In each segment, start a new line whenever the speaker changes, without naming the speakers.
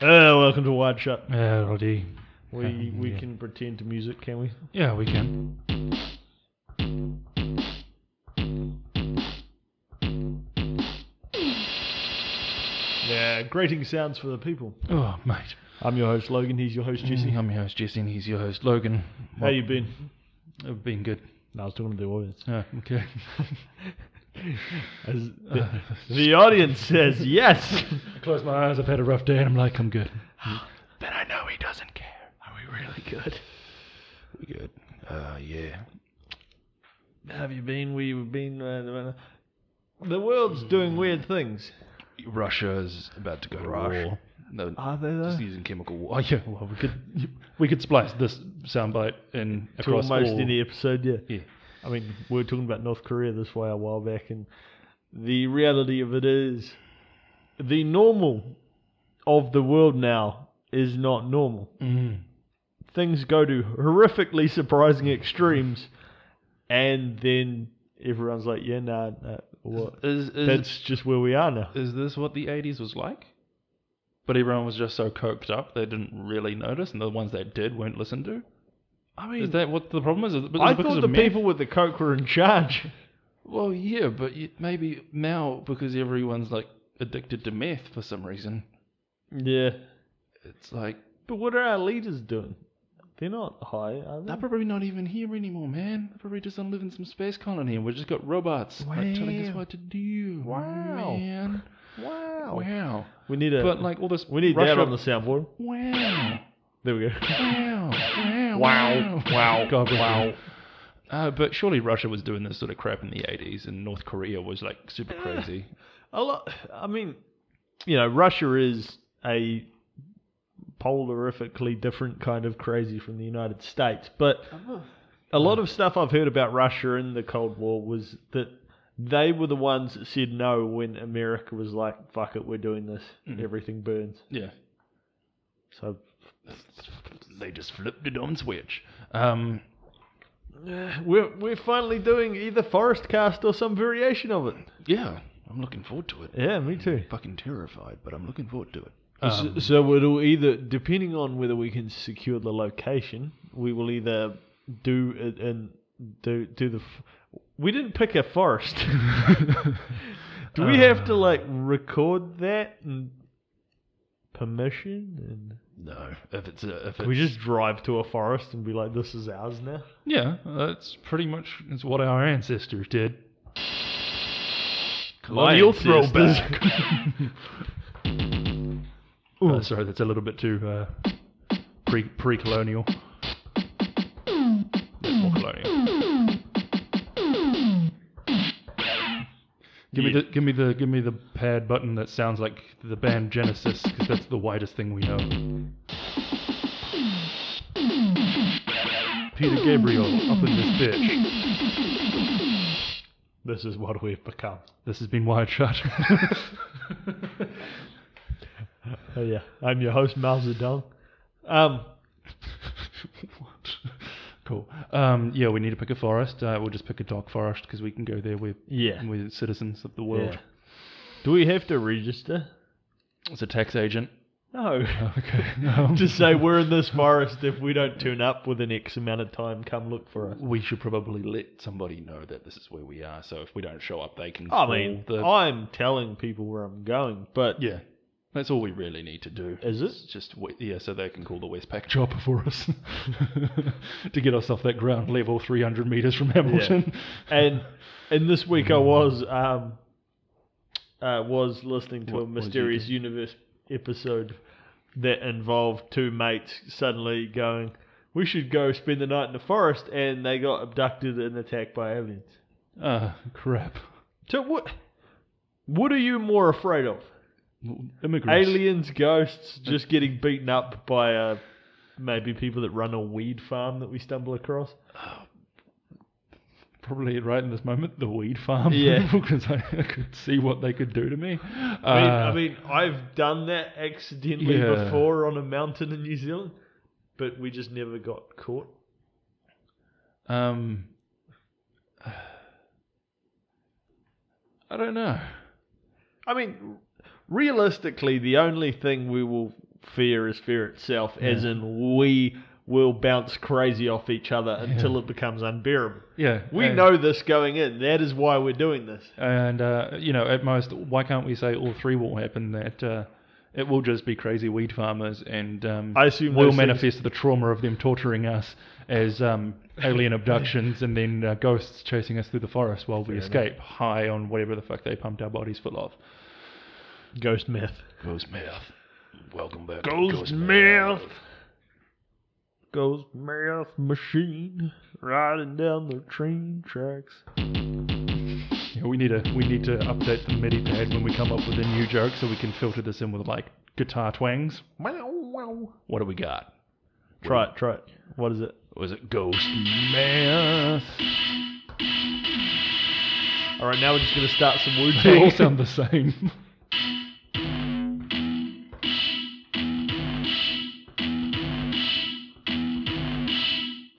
Uh, welcome to Wide Shot.
Uh, Roddy.
We
Um,
we
yeah.
can pretend to music, can we?
Yeah, we can.
Yeah, grating sounds for the people.
Oh, mate.
I'm your host Logan. He's your host Jesse.
I'm your host Jesse, and he's your host Logan.
How you been?
I've been good.
No, I was talking to the audience.
Oh, okay.
As the, the audience says yes.
I closed my eyes. I've had a rough day, and I'm like, I'm good.
but I know he doesn't care. Are we really good?
We good. Uh, yeah.
Have you been? We've been. Uh, uh, the world's doing weird things.
Russia is about to go
Russia.
to war. No,
Are they though?
just using chemical war. Oh, yeah. Well, we could we could splice this soundbite in
To
across
almost
all-
any episode, yeah.
Yeah.
I mean, we were talking about North Korea this way a while back, and the reality of it is the normal of the world now is not normal.
Mm.
Things go to horrifically surprising extremes, and then everyone's like, yeah, nah, nah what?
Is is
That's just where we are now.
is this what the 80s was like? But everyone was just so coked up they didn't really notice, and the ones that did won't listen to.
I
Is
mean,
that what the problem is? Is it- is it
I
because
thought
of
the
men?
people with the coke were in charge.
Well, yeah, but you, maybe now because everyone's like addicted to meth for some reason,
Yeah.
it's like
But what are our leaders doing? They're not high, are they?
they're probably not even here anymore, man. They're probably just on living some space colony, and we've just got robots like, telling us
Wow.
what to do.
Wow.
man.
Wow.
wow.
We need a.
But like all this,
we need
Russia,
that on the soundboard.
Wow.
There we go.
Wow.
Wow, wow,
God, bless
wow.
you. Uh, but surely Russia was doing this sort of crap in the 80s, and North Korea was like super crazy.
A lot. I mean, you know, Russia is a polarifically different kind of crazy from the United States, but a lot of stuff I've heard about Russia in the Cold War was that they were the ones that said no when America was like, "Fuck it, we're doing this.
Mhm.
Everything burns."
Yeah.
So
They just flipped it on switch. Um,
we're we're finally doing either forest cast or some variation of it.
yeah, I'm looking forward to it.
Yeah, me too.
Fucking terrified, but I'm looking forward to it. Um,
so, so it'll either, depending on whether we can secure the location, we will either do it and do do the. F- we didn't pick a forest. do we have to like record that and permission?
no, if it's a, if
And we
it's-
just drive to a forest and be like, "This is ours now."
yeah, that's pretty much is what our ancestors did.
Colonial throwback.
Oh, sorry, that's a little bit too uh, pre pre colonial. That's more colonial. Give
Yeah.
me the give me the give me the pad button that sounds like the band Genesis because that's the widest thing we know. Peter Gabriel up in this bitch.
This is what we've become.
This has been Wired Shut.
Oh yeah, I'm your host Mao Zedong. Um,
what? Cool. Um, yeah, we need to pick a forest. Uh, we'll just pick a dark forest because we can go there. We're,
yeah.
we're citizens of the world.
Yeah. Do we have to register?
It's a tax agent.
No.
Okay. Um,
to say we're in this forest if we don't turn up within X amount of time, come look for us.
we should probably let somebody know that this is where we are. So if we don't show up, they can.
I
call
mean,
the,
I'm telling people where I'm going, but
yeah, that's all we really need to do.
is it?
It's just we- yeah, so they can call the Westpac chopper for us to get us off that ground level, three hundred meters from Hamilton.
And and this week I was um uh, was listening to
What
a
was you
mysterious universe episode that involved two mates suddenly going, "We should go spend the night in the forest," and they got abducted and attacked by aliens.
Ah, crap!
So what? What are you more afraid of?
Immigrants.
aliens, ghosts, just getting beaten up by uh, maybe people that run a weed farm that we stumble across.
probably right in this moment, the weed farm.
Yeah.
because I, I could see what they could do to me.
I,
Uh,
mean, I mean, I've done that accidentally
Yeah.
before on a mountain in New Zealand, but we just never got caught.
um, I don't know.
I mean, realistically, the only thing we will fear is fear itself, as in we will bounce crazy off each other until it becomes unbearable.
Yeah,
We
and-
know this going in. That is why we're doing this.
And uh, you know, at most, why can't we say all three will happen? That uh, it will just be crazy weed farmers, and um,
I assume
we'll
those things-
manifest the trauma of them torturing us as um, alien abductions, and then uh, ghosts chasing us through the forest while we escape, high on whatever the fuck they pumped our bodies full of.
Ghost myth.
Goes mouth. Welcome back.
Ghost mouth machine riding down the train tracks.
Yeah, we need to we need to update the MIDI pad when we come up with a new joke, so we can filter this in with like guitar twangs.
Wow, wow.
What do we got?
Try it, try it. What is it?
Was it ghost math?
All right, now we're just going to start some Wu
They all
Tang.
sound the same.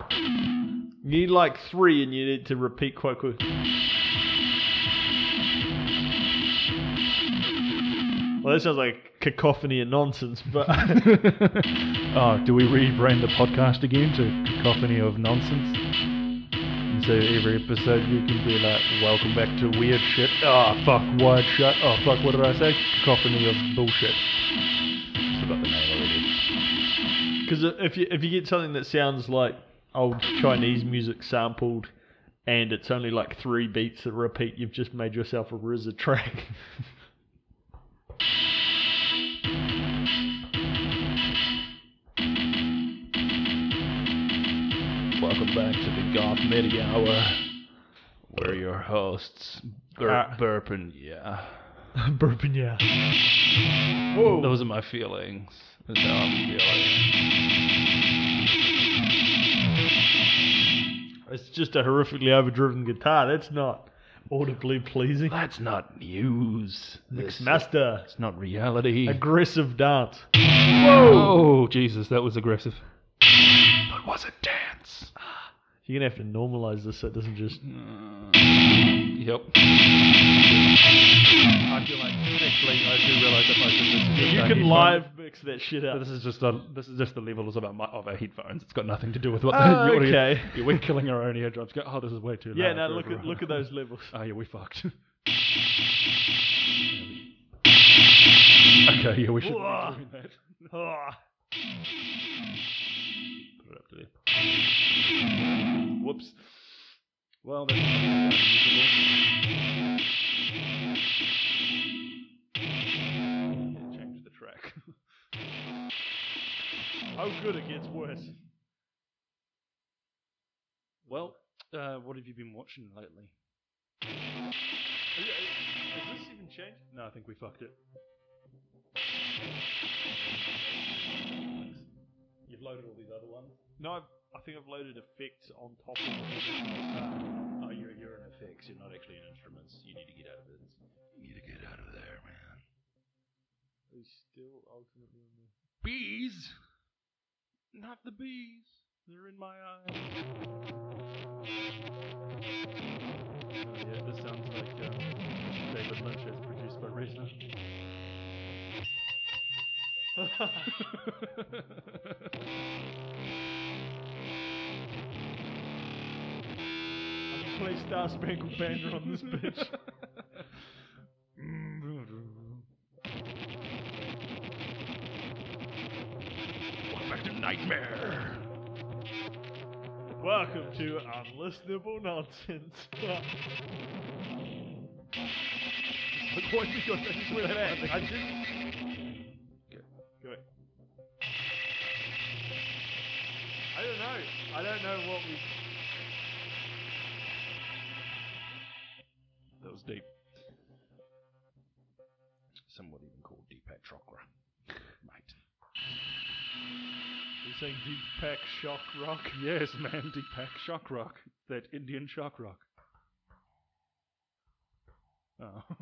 You need like three and you need to repeat quite quick. Well, that sounds like cacophony and nonsense, but
oh, do we rebrand the podcast again to Cacophony of Nonsense? And so every episode you can be like, Welcome back to Weird Shit. Oh, fuck, Wide Shut. Oh, fuck, what did I say? Cacophony of Bullshit. Forgot the name already.
because if you if you get something that sounds like old Chinese music sampled, and it's only like three beats that repeat, you've just made yourself a RZA track.
Welcome back to the Goth Midi Hour. We're your hosts, Bur-
Ah.
Burpin, yeah.
Burping, yeah. Whoa.
Those are my feelings. That's how I'm feeling.
It's just a horrifically overdriven guitar. That's not audibly pleasing.
That's not news. This-
Master,
It's not reality.
aggressive dance.
Whoa! Oh, Jesus, that was aggressive. But was it dance?
You're gonna have to normalize this so it doesn't just.
Yep.
I feel like
Actually, I do realise that most of this is just
you
our
can
headphones.
live mix that shit
But
up.
This is just the this is just the levels of our mi- of our headphones. It's got nothing to do with what
Oh,
the audio.
okay.
Yeah, we're killing our own eardrums. Go, oh, this is way too
Yeah,
loud.
no, look at look at those levels.
Oh yeah, we fucked. okay, yeah, we should.
Whoa.
Doing that.
Ah,
Put it up to there. Whoops. Well, that's unusable. Yeah, change the track.
how good it gets worse.
well, uh, what have you been watching lately?
Has this even changed?
No, I think we fucked it. You've loaded all these other ones.
No, I've, I think I've loaded effects on top of it.
Oh, you're, you're in effects. You're not actually in instruments. You need to get out of this. You need to get out of there, man.
He's still ultimately on the.
Bees? Not the bees. They're in my eyes. Oh, Yeah, this sounds like um, David Lynch as produced by Reznor.
I can play Star Spangled Banner on this bitch.
Welcome back to Nightmare.
Welcome to Unlistenable Nonsense.
But why did your things with
Hey, I didn't. Go back. I don't know. I don't know what we.
That was deep. Some would even call Deepak Chopra. Mate.
You're saying deep pack shock rock.
Yes, man, Deepak Shock Rock. That Indian Shock Rock. Oh.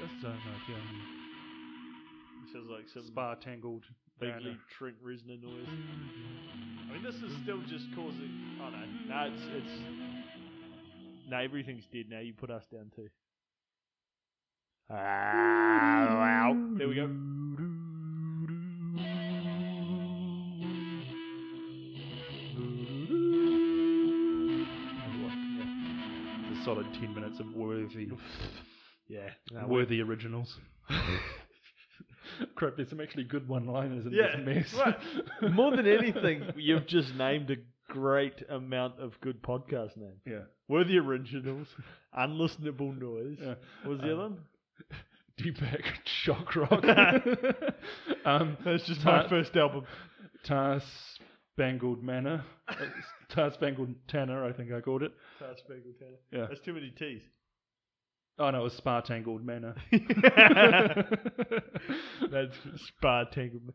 That sounds like um,
It sounds like some
spa tangled.
bigly
banner.
Trent Reznor noise. I mean, this is still just causing. Oh no, no, it's it's No, everything's dead now. You put us down too.
Ah, wow.
There we go.
A solid 10 minutes of worthy,
Yeah.
worthy originals. Crap, there's some actually good one liners in
Yeah,
this mess.
right. More than anything, you've just named a great amount of good podcast names.
Yeah.
Were the originals, unlistenable noise.
yeah.
What was the other one?
Deepak Shock Rock. um,
That's just
Ta-
my first album.
Tar Spangled Manor. Uh, Tar Spangled Tanner, I think I called it.
Star Spangled Tanner.
Yeah.
That's too many T's.
Oh no, it was Spar Tangled Manor.
That's Spa Tangled.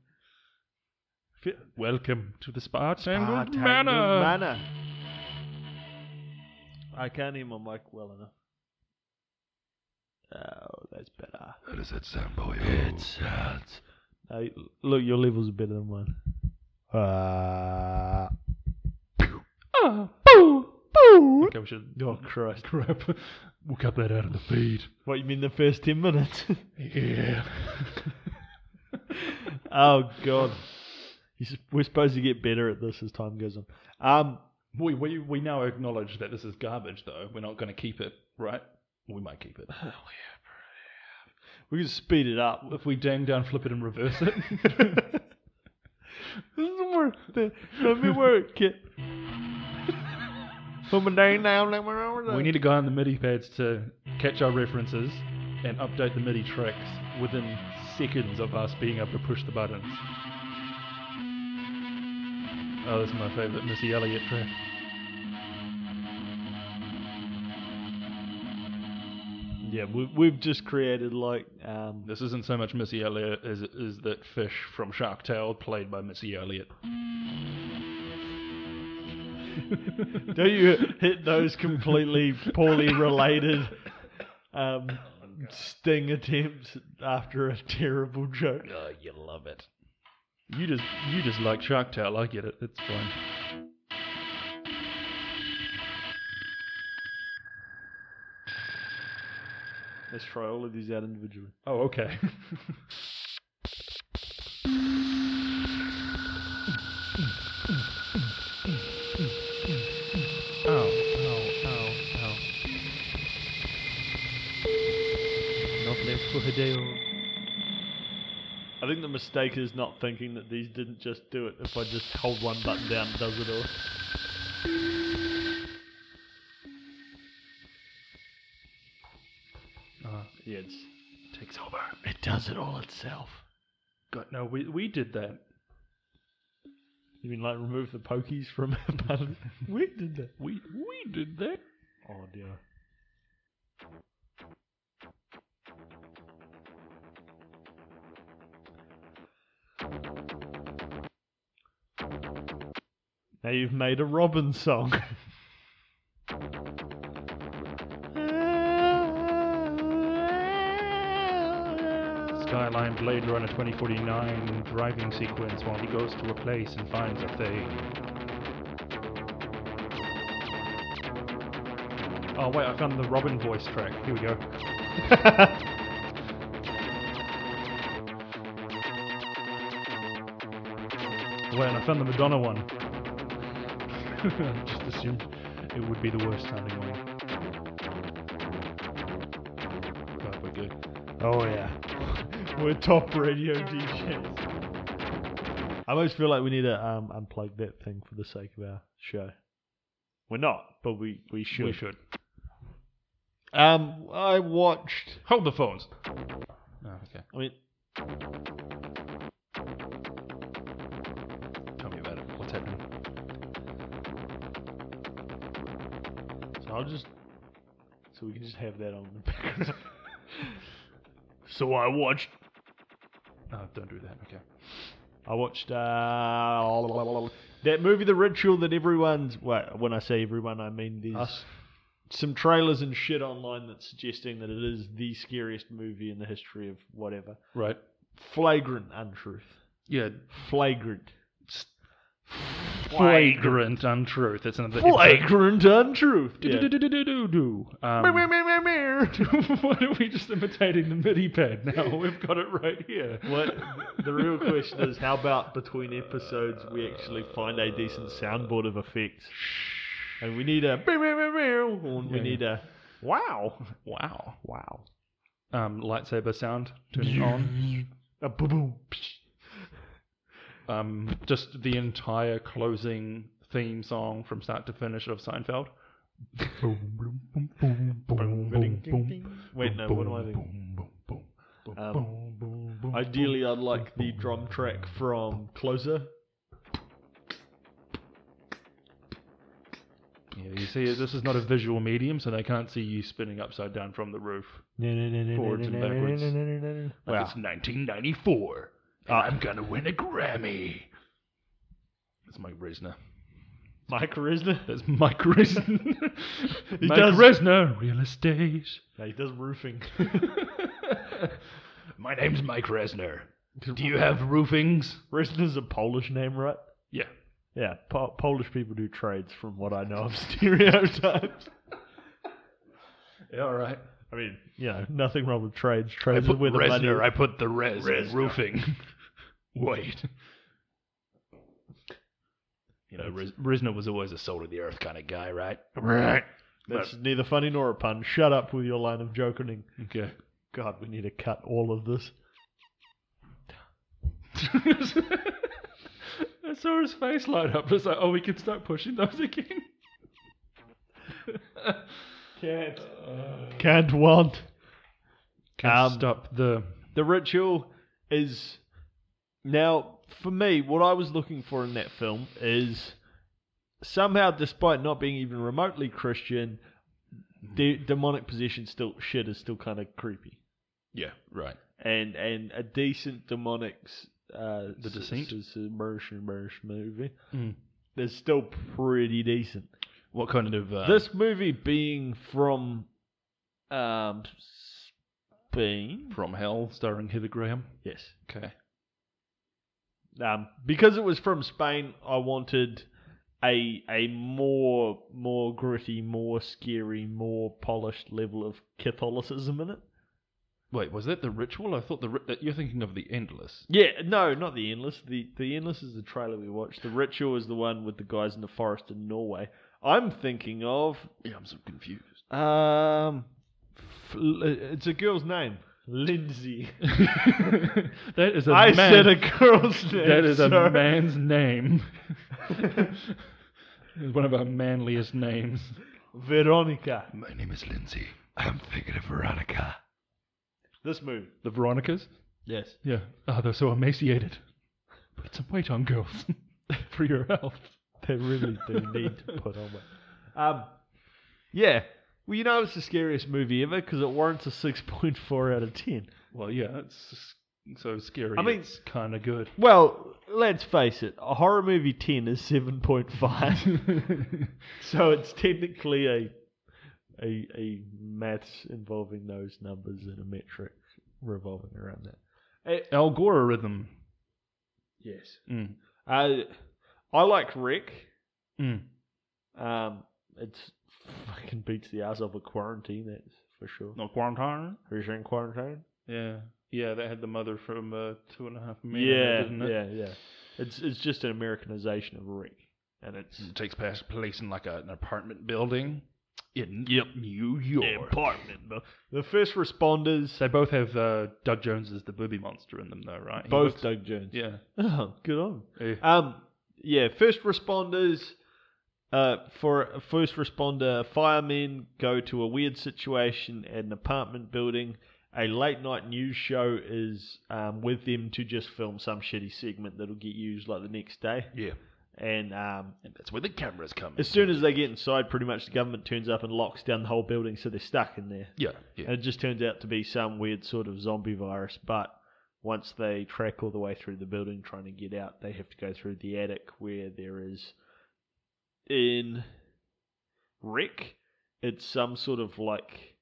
Welcome to the Spar
Spa
Tangled
Tangled
Manor.
Manor. I can't hear my mic well enough. Oh, that's better.
How does that sound, boy?
sounds. look, your level's better than mine. Uh,
Oh, boo, boo. Okay, we should
oh, Christ.
crap. We'll cut that out of the feed.
What, you mean the first 10 minutes?
Yeah.
oh, God. You s- We're supposed to get better at this as time goes on. Um,
we, we we now acknowledge that this is garbage, though. We're not going to keep it, right? We might keep it
we can speed it up.
if we dang down, flip it, and reverse it.
This is work. Let me work, kid. From a day now, let me work.
we need a guy on the MIDI pads to catch our references and update the MIDI tracks within seconds of us being able to push the buttons. Oh, this is my favourite Missy Elliott track.
Yeah, we, we've just created like um,
This isn't so much Missy Elliott as it is that fish from Shark Tale played by Missy Elliott.
Don't you hit those completely poorly related um, sting attempts after a terrible joke?
Oh, you love it. You just you just like Shark Tale. I get it. It's fine.
Let's try all of these out individually.
Oh, okay. ow, ow, ow, ow. Not left for Hideo.
I think the mistake is not thinking that these didn't just do it. If I just hold one button down, it does it all.
Uh,
Yeah, it's,
takes over.
it does it all itself.
God, no, we, we did that.
You mean like remove the pokies from a button? we did that.
We we did that.
Oh dear. Now you've made a Robin song.
Skyline Blade Runner 2049 driving sequence while he goes to a place and finds a thing. Oh wait, I found the Robin voice track. Here we go. Wait, and I found the Madonna one. I just assumed it would be the worst sounding one. God, we're good.
oh yeah. We're top radio DJs. I almost feel like we need to um, unplug that thing for the sake of our show. We're not, but we, we should.
We should.
Um, I watched.
Hold the phones. Oh, okay.
I mean,
Tell me about it. What's happening?
so I'll just. So we can just have that on the background. so I watched.
Oh, don't do that. Okay.
I watched uh, that movie, The Ritual, that everyone's. Well, when I say everyone, I mean there's
Us.
some trailers and shit online that's suggesting that it is the scariest movie in the history of whatever.
Right.
Flagrant untruth.
Yeah.
Flagrant.
flagrant untruth. It's another
Flagrant untruth. Yeah.
Do-do-do-do-do-do.
Meow,
Um,
meow, meow, meow, meow.
Why are we just imitating the MIDI pad now? We've got it right here.
What the real question is? How about between episodes we actually find a decent soundboard of effects? And we need a meow, meow, meow, meow, and we
Yeah,
need a wow,
Wow.
wow,
Um, lightsaber sound turning on.
a boom, boom. psh.
Um, just the entire closing theme song from start to finish of Seinfeld.
Wait, no, what am I thinking? Um, ideally, I'd like the drum track from Closer.
Yeah, you see, this is not a visual medium, so they can't see you spinning upside down from the roof.
Forwards
and backwards. Like
Wow.
It's 1994. and I'm gonna win a Grammy. That's Mike Risner.
Mike Risner.
That's Mike Risner.
He
Mike
does-
Risner, real estate.
No, he does roofing.
My name's Mike Resner. Do you have roofings?
Risner's a Polish name, right?
Yeah.
Yeah, po- Polish people do trades, from what I know of stereotypes.
Yeah, all right.
I mean, you know, nothing wrong with trades.
I
Trades is
put
where the money.
Resner. I put the res in
Resner.
roofing. Wait. You know, Res- Resner was always a soul of the earth kind of guy, right? Right.
That's neither funny nor a pun. Shut up with your line of joking.
Okay.
God, we need to cut all of this.
I saw his face light up. It's like, oh, we can start pushing those again.
Can't. Can't want. Um,
Can't stop the.
The ritual is now for me. What I was looking for in that film is somehow, despite not being even remotely Christian, de- demonic possession still shit is still kind of creepy,
Yeah, right.
and and a decent demonic s- uh,
The Descent?
s- s- immersion immersion movie
Mm.
is still pretty decent.
What kind of. Uh,
This movie being from um, Spain,
From Hell, starring Heather Graham.
yes.
Okay.
um, because it was from Spain, I wanted a a more more gritty, more scary, more polished level of Catholicism in it.
Wait, was that the ritual? I thought the ri- that you're thinking of the endless.
Yeah, no, not the endless. The the endless is the trailer we watched. The ritual is the one with the guys in the forest in Norway. I'm thinking of
Yeah, I'm so confused.
um, F- it's a girl's name, Lindsay.
that is a
I
man.
said a girl's name.
that is a
sorry.
man's name. it's one of our manliest names.
Veronica.
My name is Lindsay. I'm thinking of Veronica.
This movie.
The Veronicas?
Yes.
Yeah. Ah, they're so emaciated. Put some weight on, girls, for your health.
They really do need to put on weight. Um, yeah. Well, you know it's the scariest movie ever because it warrants a six point four out of ten.
Well, yeah, it's so scary.
I mean-
it's kind of good.
Well, let's face it, a horror movie ten is seven point five, so it's technically a a a maths involving those numbers and a metric revolving around that.
Algorithm.
Yes.
Mm.
Uh, I like Rick.
Mm.
Um, it's fucking beats the ass of a quarantine. That's for sure.
Not quarantine.
Who's in quarantine?
Yeah. Yeah, that had the mother from uh, Two and a Half Men. in it,
Yeah,
didn't it?
yeah, yeah. It's it's just an Americanization of Rick, and it's
It takes place- place in like a, an apartment building in yep, New York.
apartment. The, the first responders,
They both have uh, Doug Jones as the booby monster in them, though, right? He
both
looks-
Doug Jones.
yeah.
Oh, good on.
Yeah.
Um, yeah, first responders. Uh, for a first responder, firemen go to a weird situation at an apartment building. A late night news show is um, with them to just film some shitty segment that'll get used like the next day.
Yeah.
And um,
And that's where the cameras come.
As soon as they get inside, pretty much the government turns up and locks down the whole building, so they're stuck in there.
yeah. Yeah.
And it just turns out to be some weird sort of zombie virus. But once they track all the way through the building trying to get out, they have to go through the attic where there is, in Rick, it's some sort of like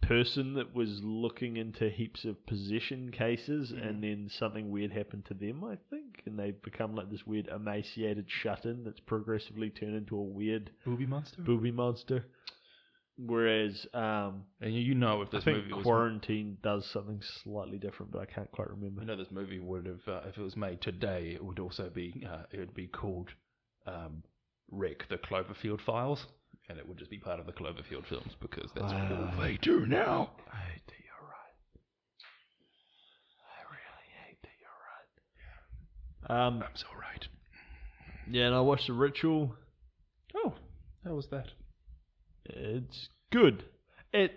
person that was looking into heaps of possession cases,
Mm.
and then something weird happened to them, I think, and they've become like this weird emaciated shut-in that's progressively turned into a weird
Booby monster.
booby monster. Whereas um,
And you- you know if
I
this
think
movie was
quarantine does something slightly different, but I can't quite remember.
I know this movie would have, uh, if it was made today, it would also be, uh, it would be called um, Wreck the Cloverfield Files, and it would just be part of the Cloverfield films because that's
Wow.
all they do now.
I hate that you're right. I really hate that you're right. Um,
I'm so right.
yeah, and I watched The Ritual.
Oh, how was that?
It's good. It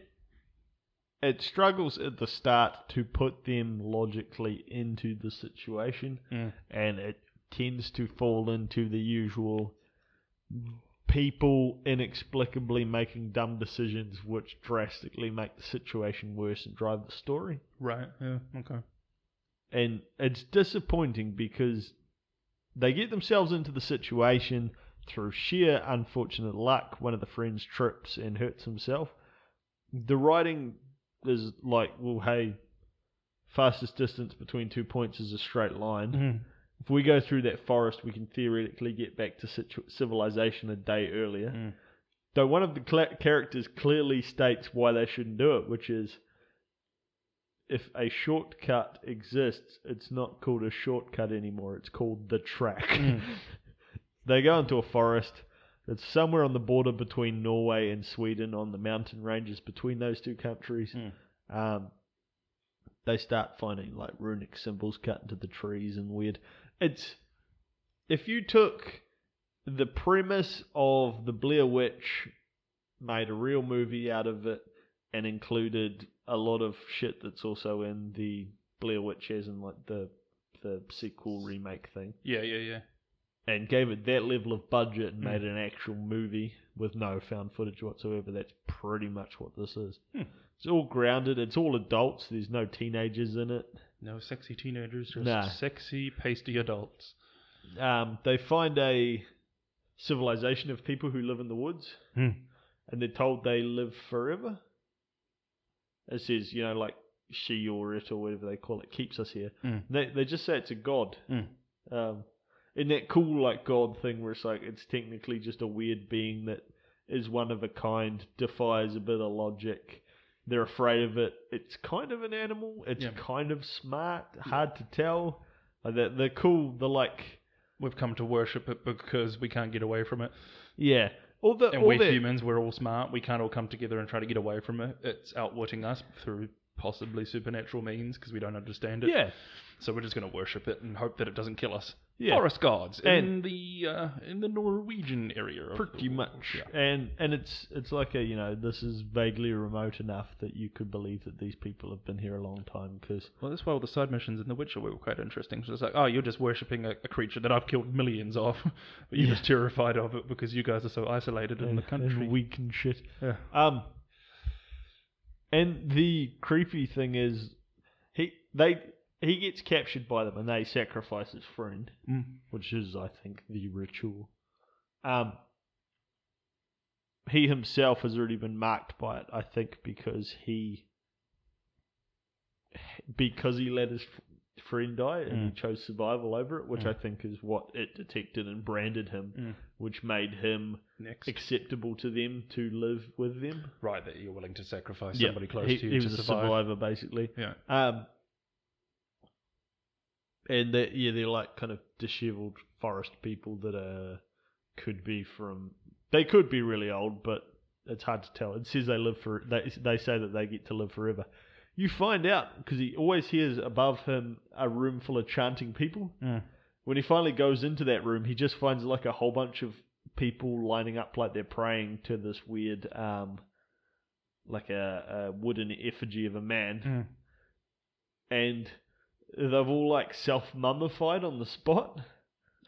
it struggles at the start to put them logically into the situation,
Mm.
and it tends to fall into the usual people inexplicably making dumb decisions which drastically make the situation worse and drive the story.
Right. Yeah. Okay.
and it's disappointing because they get themselves into the situation through sheer unfortunate luck. One of the friends trips and hurts himself. The writing is like, well, hey, fastest distance between two points is a straight line.
Mm-hmm.
If we go through that forest, we can theoretically get back to situ- civilization a day earlier.
Mm.
Though one of the cla characters clearly states why they shouldn't do it, which is if a shortcut exists, it's not called a shortcut anymore, it's called the track.
Mm.
they go into a forest. It's somewhere on the border between Norway and Sweden, on the mountain ranges between those two countries.
Mm.
Um, they start finding like runic symbols cut into the trees and weird. It's if you took the premise of the Blair Witch, made a real movie out of it, and included a lot of shit that's also in the Blair Witch as in like the the sequel remake thing
Yeah, yeah, yeah.
and gave it that level of budget and
Hmm.
made an actual movie with no found footage whatsoever, that's pretty much what this is.
Hmm.
It's all grounded, it's all adults, there's no teenagers in it.
No sexy teenagers, just
Nah.
sexy, pasty adults.
Um, they find a civilization of people who live in the woods
Hmm.
and they're told they live forever. It says, you know, like she or it or whatever they call it keeps us here.
Hmm.
They, they just say it's a god.
Hmm.
Um, in that cool like god thing where it's like it's technically just a weird being that is one of a kind, defies a bit of logic. They're afraid of it. It's kind of an animal. It's
Yeah.
kind of smart. Hard to tell. Like they're, they're cool. They're like
We've come to worship it because we can't get away from it.
yeah. All the
And
all
we're
that-
humans, we're all smart. We can't all come together and try to get away from it. It's outwitting us through possibly supernatural means because we don't understand it.
Yeah.
So we're just going to worship it and hope that it doesn't kill us.
Yeah.
Forest gods in
And-
the uh, in the Norwegian area. Of the
pretty
world.
much
Yeah.
and and it's it's like a you know this is vaguely remote enough that you could believe that these people have been here a long time because
Well, that's why all the side missions in The Witcher were quite interesting. So it's like, oh, you're just worshipping a, a creature that I've killed millions of, but you're
Yeah.
just terrified of it because you guys are so isolated in the country.
and weak and shit
Yeah.
um and the creepy thing is he they he gets captured by them and they sacrifice his friend
Mm.
which is I think the ritual um he himself has already been marked by it I think because he because he let his f- friend die and he chose survival over it, which
Mm.
I think is what it detected and branded him,
Mm.
which made him
Next.
acceptable to them to live with them.
right, that you're willing to sacrifice
Yeah,
somebody close
he,
to you
he
to
was a
survive.
survivor basically.
Yeah.
Um, and they yeah, they're like kind of dishevelled forest people that are could be from they could be really old, but it's hard to tell. It says they live for they they say that they get to live forever. You find out because he always hears above him a room full of chanting people.
Mm.
When he finally goes into that room, he just finds like a whole bunch of people lining up like they're praying to this weird um like a, a wooden effigy of a man
Mm. Hmm.
and they've all like self mummified on the spot.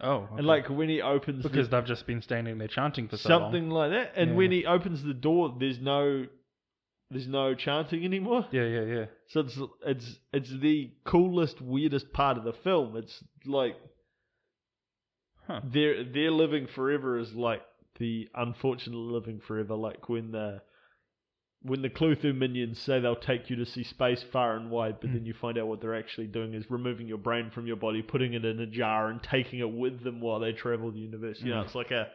Oh, okay.
And like when he opens the-
because they've just been standing there chanting for so long.
something like that, and
Yeah.
when he opens the door, there's no there's no chanting anymore.
Yeah, yeah, yeah.
So it's it's it's the coolest, weirdest part of the film. It's like
Huh.
their their living forever is like the unfortunate living forever, like when the when the Cluthu minions say they'll take you to see space far and wide, but then you find out what they're actually doing is removing your brain from your body, putting it in a jar, and taking it with them while they travel the universe. You know,
Mm.
it's like a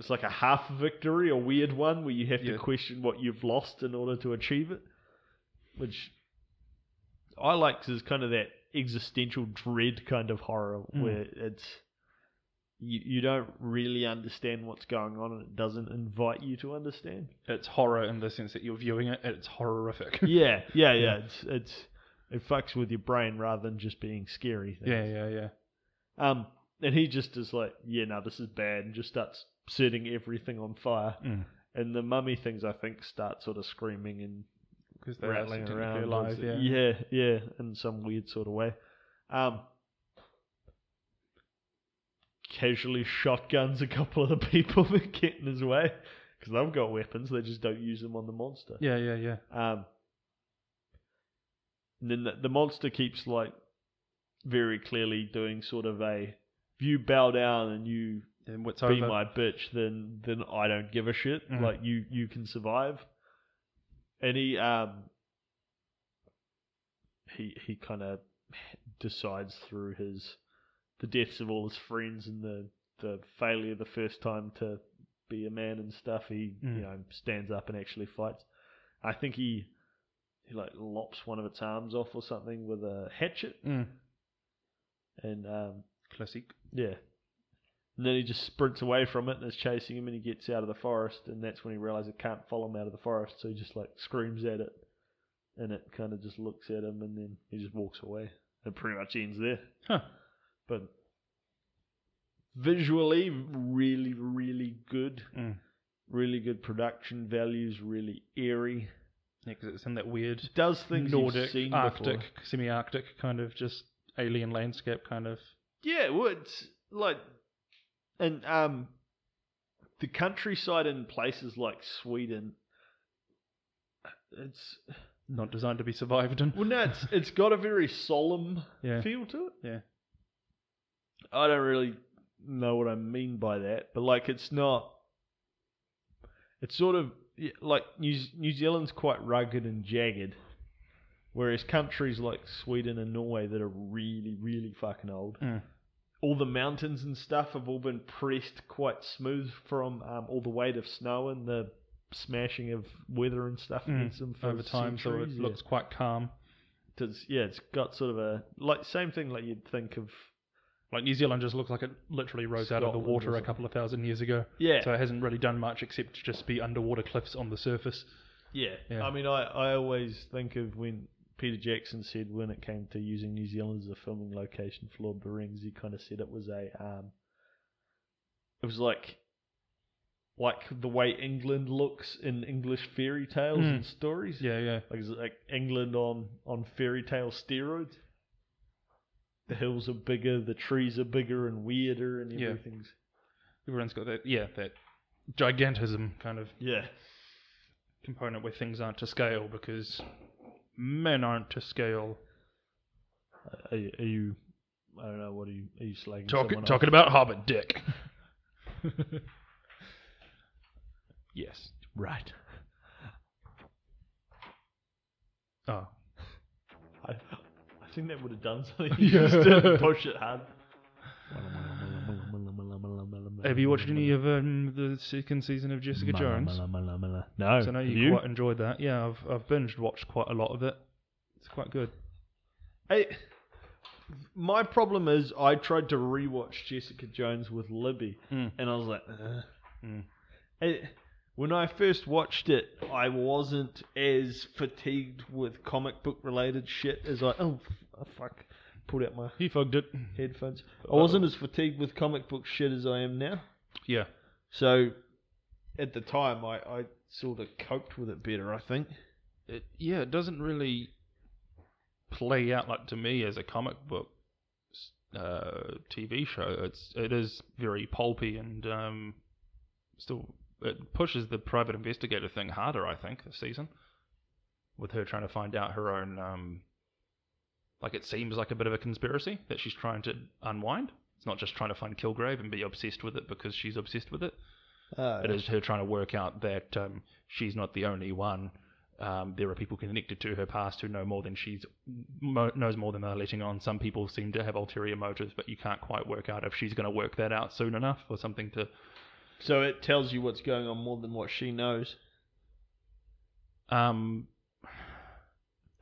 it's like a half victory, a weird one where you have
Yeah.
to question what you've lost in order to achieve it, which I like 'cause it's kind of that existential dread kind of horror
Mm.
where it's you, you don't really understand what's going on and it doesn't invite you to understand.
It's horror in the sense that you're viewing it, and it's horrific.
yeah, yeah, yeah.
Yeah.
It's it's it fucks with your brain rather than just being scary. Things.
yeah, yeah, yeah.
Um, and he just is like, yeah, no, this is bad, and just starts setting everything on fire.
Mm.
And the mummy things, I think, start sort of screaming and
Because they're
rattling
technically
around.
alive.
obviously.
Yeah.
yeah, yeah, in some weird sort of way. Um, casually shotguns a couple of the people that get in his way because they've got weapons, they just don't use them on the monster.
yeah, yeah, yeah.
Um, and then the, the monster keeps like very clearly doing sort of a if you bow down and you
And what's
be
over?
my bitch, then then I don't give a shit.
Mhm.
Like you you can survive. And he um he he kind of decides through his the deaths of all his friends and the the failure the first time to be a man and stuff. He
Mm.
you know stands up and actually fights. I think he he like lops one of its arms off or something with a hatchet
Mm.
and um
Classic.
yeah. And then he just sprints away from it and it's chasing him and he gets out of the forest and that's when he realizes it can't follow him out of the forest, so he just like screams at it and it kind of just looks at him and then he just walks away. It pretty much ends there.
Huh.
But visually really, really good.
Mm.
Really good production values, really eerie.
Yeah, because it's in that weird
Does things
Nordic,
you've seen
Arctic,
before.
semi-Arctic kind of just alien landscape kind of.
Yeah, well, it's like, and um, the countryside in places like Sweden, it's
Not designed to be survived in.
well, no, it's it's got a very solemn
Yeah.
feel to it.
Yeah.
I don't really know what I mean by that, but like, it's not. It's sort of yeah, like New New Zealand's quite rugged and jagged, whereas countries like Sweden and Norway that are really really fucking old
Mm.
all the mountains and stuff have all been pressed quite smooth from um, all the weight of snow and the smashing of weather and stuff
Mm,
against them for
Over time, so it
centuries, yeah.
looks quite calm.
Does- yeah, it's got sort of a like same thing like you'd think of
Like New Zealand just looks like it literally rose out of
Scotland
the
or
water a
something.
couple of thousand years ago.
yeah
So it hasn't really done much except to just be underwater cliffs on the surface.
yeah.
Yeah.
I mean, I I always think of when Peter Jackson said when it came to using New Zealand as a filming location for Lord of the Rings, he kind of said it was a um, it was like like the way England looks in English fairy tales
Mm.
and stories.
Yeah, yeah.
Like, is it like England on, on fairy tale steroids? The hills are bigger, the trees are bigger and weirder, and
Yeah.
everything's.
Everyone's got that, yeah, that gigantism kind of
Yeah.
component where things aren't to scale because men aren't to scale.
Are, you- are you. I don't know, what are you. Are you slagging
Talk,
someone
talking about Hobbit dick. yes.
off? Right.
Oh.
I, I think that would have done something. You just didn't push it hard.
Have you watched any of um, the second season of Jessica Jones?
No.
So I know
Have
you, quite enjoyed that. Yeah, I've I've binged watched quite a lot of it. It's quite good.
Hey, my problem is I tried to rewatch Jessica Jones with Libby,
Mm.
and I was like, "Ugh."
Mm.
It- when I first watched it, I wasn't as fatigued with comic book related shit as I. Oh, f- oh, fuck! Pulled out my
He fucked it.
headphones. I wasn't as fatigued with comic book shit as I am now.
Yeah.
So, at the time, I, I sort of coped with it better. I think.
It, yeah, it doesn't really play out like to me as a comic book s- uh, TV show. It's it is very pulpy and um, still it pushes the private investigator thing harder. I think this season with her trying to find out her own um, like it seems like a bit of a conspiracy that she's trying to unwind. It's not just trying to find Kilgrave and be obsessed with it because she's obsessed with it.
Uh,
It is her trying to work out that um, she's not the only one. Um, there are people connected to her past who know more than she's mo- knows more than they're letting on. Some people seem to have ulterior motives, but you can't quite work out if she's going to work that out soon enough or something to.
So it tells you what's going on more than what she knows.
Um,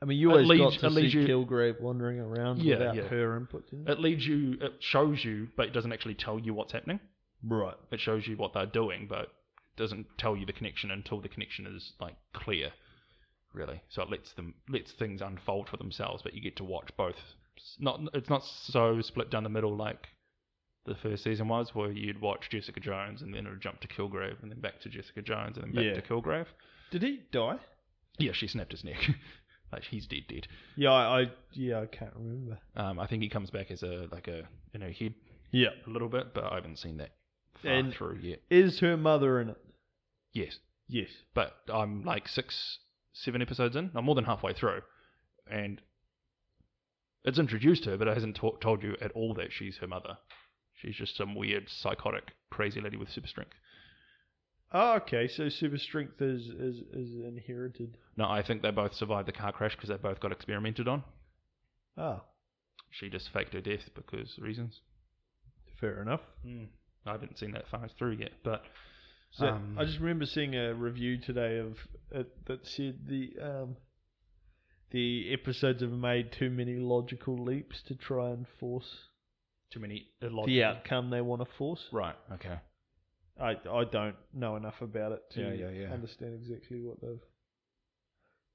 I mean, you
It
always
leads-
got to
it leads
see
you-
Kilgrave wandering around
Yeah,
without
yeah.
her input. Didn't it?
it leads you, it shows you, but it doesn't actually tell you what's happening.
Right.
It shows you what they're doing, but doesn't tell you the connection until the connection is like clear, really. So it lets them lets things unfold for themselves, but you get to watch both. It's not it's not so split down the middle like the first season was, where you'd watch Jessica Jones and then it would jump to Kilgrave and then back to Jessica Jones and then back
Yeah.
to Kilgrave.
Did he die?
Yeah, she snapped his neck. like he's dead, dead.
Yeah, I, I yeah, I can't remember.
Um, I think he comes back as a like a you know head
Yeah.
a little bit, but I haven't seen that far
And-
through yet.
Is her mother in it?
Yes.
Yes.
but I'm like six, seven episodes in. I'm more than halfway through, and it's introduced her, but it hasn't to- told you at all that she's her mother. She's just some weird, psychotic, crazy lady with super strength.
Oh, okay. So super strength is is, is inherited.
No, I think they both survived the car crash because they both got experimented on.
Ah,
She just faked her death because reasons.
fair enough.
I haven't seen that far through yet, but
So
Um,
I just remember seeing a review today of it that said the um, the episodes have made too many logical leaps to try and force
too many illogical.
the outcome they want to force.
Right. Okay.
I I don't know enough about it to
Yeah, yeah, yeah.
understand exactly what they've.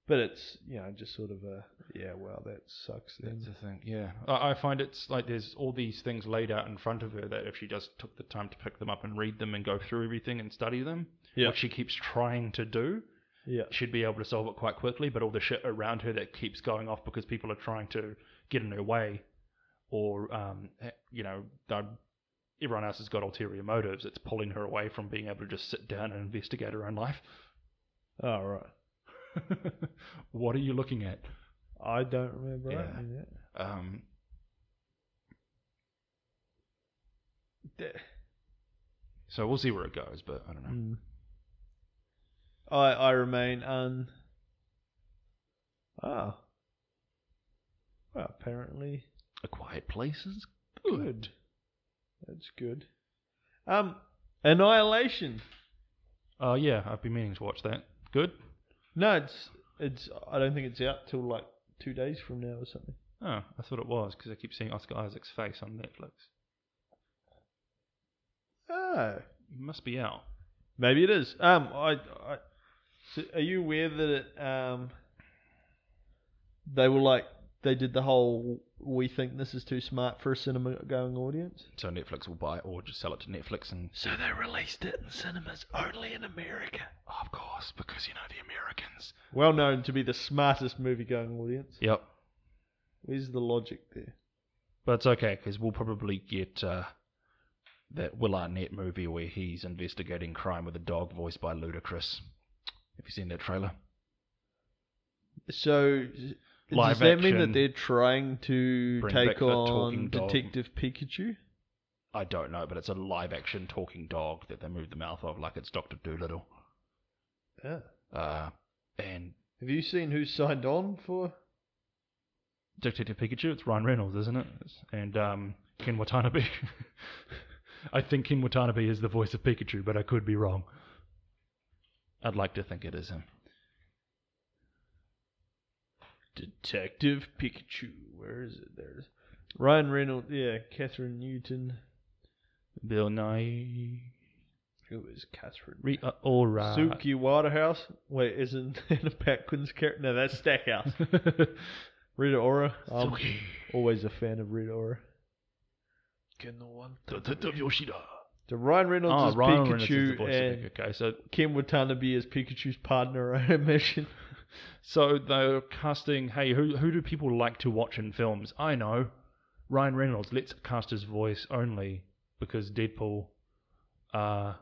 But it's you know just sort of a yeah wow that sucks then.
That's the thing. Yeah, I, I find it's like there's all these things laid out in front of her that if she just took the time to pick them up and read them and go through everything and study them,
Yeah.
which she keeps trying to do,
yeah
she'd be able to solve it quite quickly. But all the shit around her that keeps going off because people are trying to get in her way, or um, eh, you know, they're- everyone else has got ulterior motives. It's pulling her away from being able to just sit down and investigate her own life.
all right.
what are you looking at?
I don't remember
Yeah.
opening that.
Um, so we'll see where it goes, but I don't know.
Mm. I I remain un. Ah. Well, apparently
A quiet place is good.
that's good. Um, Annihilation.
Oh yeah, I've been meaning to watch that. Good.
No, it's it's. I don't think it's out till like two days from now or something.
Oh, I thought it was because I keep seeing Oscar Isaac's face on Netflix.
Oh,
It must be out.
maybe it is. Um, I, I so are you aware that it, um, they were like they did the whole we think this is too smart for a cinema going audience.
So Netflix will buy it or just sell it to Netflix and.
So they released it in cinemas only in America.
oh, Of course, because you know the Americans.
Well known to be the smartest movie going audience.
Yep.
Where's the logic there?
But it's okay because we'll probably get uh, that Will Arnett movie where he's investigating crime with a dog voiced by Ludacris. Have you seen that trailer?
So does
Live
that mean
action.
that they're trying to
Bring back
take
the talking
on
dog.
Detective Pikachu?
I don't know, but it's a live action talking dog that they moved the mouth of like it's Doctor Doolittle.
Yeah.
Uh, and
Have you seen who signed on for?
Detective Pikachu, it's Ryan Reynolds, isn't it? And um, Ken Watanabe. I think Ken Watanabe is the voice of Pikachu, but I could be wrong. I'd like to think it is him.
Detective Pikachu. Where is it? There's Ryan Reynolds. Yeah, Catherine Newton.
Bill Nye.
Who is Catherine?
Re- uh, all right.
Suki Waterhouse. Wait, isn't Anna Paquin's character? No, that's Stackhouse. Rita Ora. I'm
Suki.
always a fan of Rita Ora.
Detective Yoshida.
So Ryan Reynolds
Oh,
is
Ah, Ryan
Pikachu
Reynolds is the voice of
and
Pikachu. Okay, so
Ken Watanabe is Pikachu's partner on a mission.
So they're casting, hey, who who do people like to watch in films? I know, Ryan Reynolds. Let's cast his voice only because Deadpool, uh,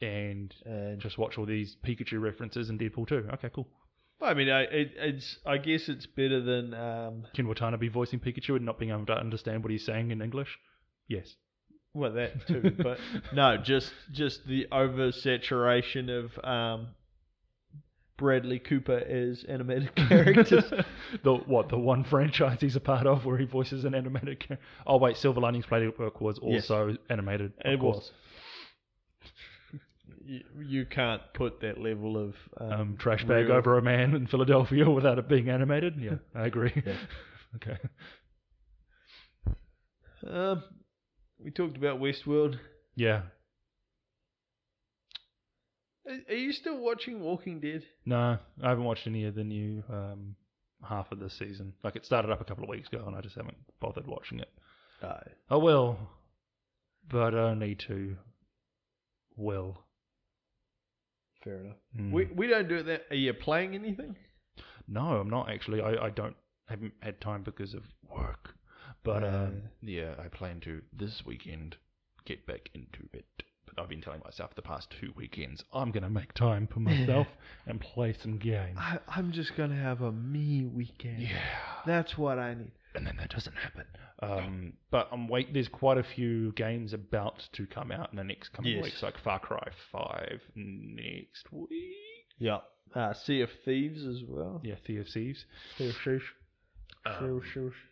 and
And
just watch all these Pikachu references in Deadpool too. Okay, cool.
I mean, I it, it's I guess it's better than um
Ken Watanabe voicing Pikachu and not being able to understand what he's saying in English. Yes,
Well, that too, but no, just just the oversaturation of um, Bradley Cooper as animated characters.
the what the one franchise he's a part of where he voices an animated character. Oh wait, Silver Linings Playbook was
Yes.
also animated. of
it
course.
was. You, you can't put that level of um,
um, trash bag
real-
over a man in Philadelphia without it being animated. Yeah, I agree.
Yeah.
okay.
Um, we talked about Westworld.
Yeah.
Are, are you still watching Walking Dead?
No, I haven't watched any of the new um, half of this season. Like it started up a couple of weeks ago, and I just haven't bothered watching it.
No.
I will, but only to will.
Fair enough.
Mm.
We we don't do that. Are you playing anything?
no, I'm not actually. I, I don't haven't had time because of work. But um,
Yeah, I plan to this weekend get back into it. But I've been telling myself the past two weekends.
I'm gonna make time for myself and play some games.
I, I'm just gonna have a me weekend. That's what I need.
and then that doesn't happen. Um, but I'm wait. There's quite a few games about to come out in the next couple
Yes.
of weeks, like Far Cry Five next week.
Yeah. Uh, sea of Thieves as well.
Yeah, Sea of Thieves.
Sea of Sheesh.
Um,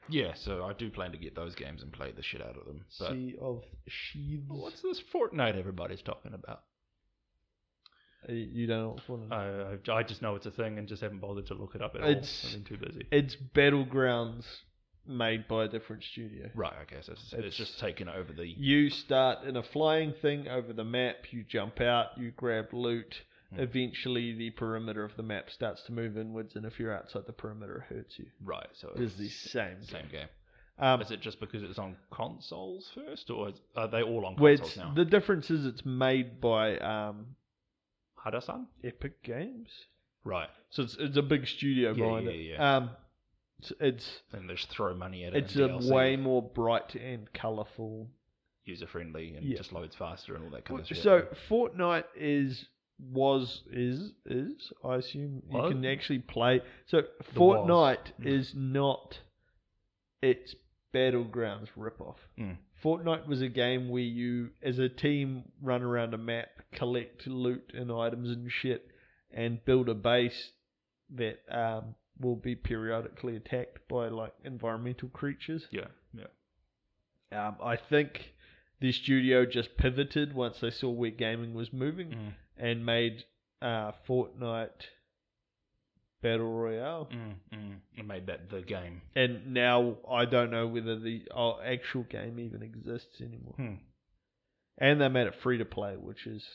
yeah, so I do plan to get those games and play the shit out of them. But
sea of Sheaves.
What's this Fortnite everybody's talking about?
Uh, You don't know what's one of them.
I, I- I just know it's a thing and just haven't bothered to look it up at
It's-
all. I've been too busy.
It's Battlegrounds made by a different studio.
right, okay, so it's, it's
It's-
just taken over the
You start in a flying thing over the map, you jump out, you grab loot.
Hmm.
Eventually, the perimeter of the map starts to move inwards, and if you're outside the perimeter, it hurts you.
right. So
It is the
it's
same.
same game.
Um,
Is it just because it's on consoles first, or is, are they all on consoles
which
now?
the difference is it's made by um,
Hadasan?
Epic Games,
Right.
so it's it's a big studio
Yeah,
behind
yeah,
it.
yeah.
Um, it's it's,
And they just throw money at it.
it's
and
a
DLC,
way more bright and colourful
user friendly and
Yeah.
just loads faster and all that kind
Well,
of shit.
So Fortnite is was is is I assume you
What?
can actually play. So
The was.
Fortnite
Mm.
is not its battlegrounds ripoff.
Hmm.
Mm.
Fortnite was a game where you, as a team, run around a map, collect loot and items and shit, and build a base that um, will be periodically attacked by like environmental creatures.
yeah, yeah.
Um, I think the studio just pivoted once they saw where gaming was moving
Mm.
and made uh, Fortnite Battle Royale.
Mm, mm. It made that the game.
And now I don't know whether the uh, actual game even exists anymore.
Hmm.
And they made it free to play, which is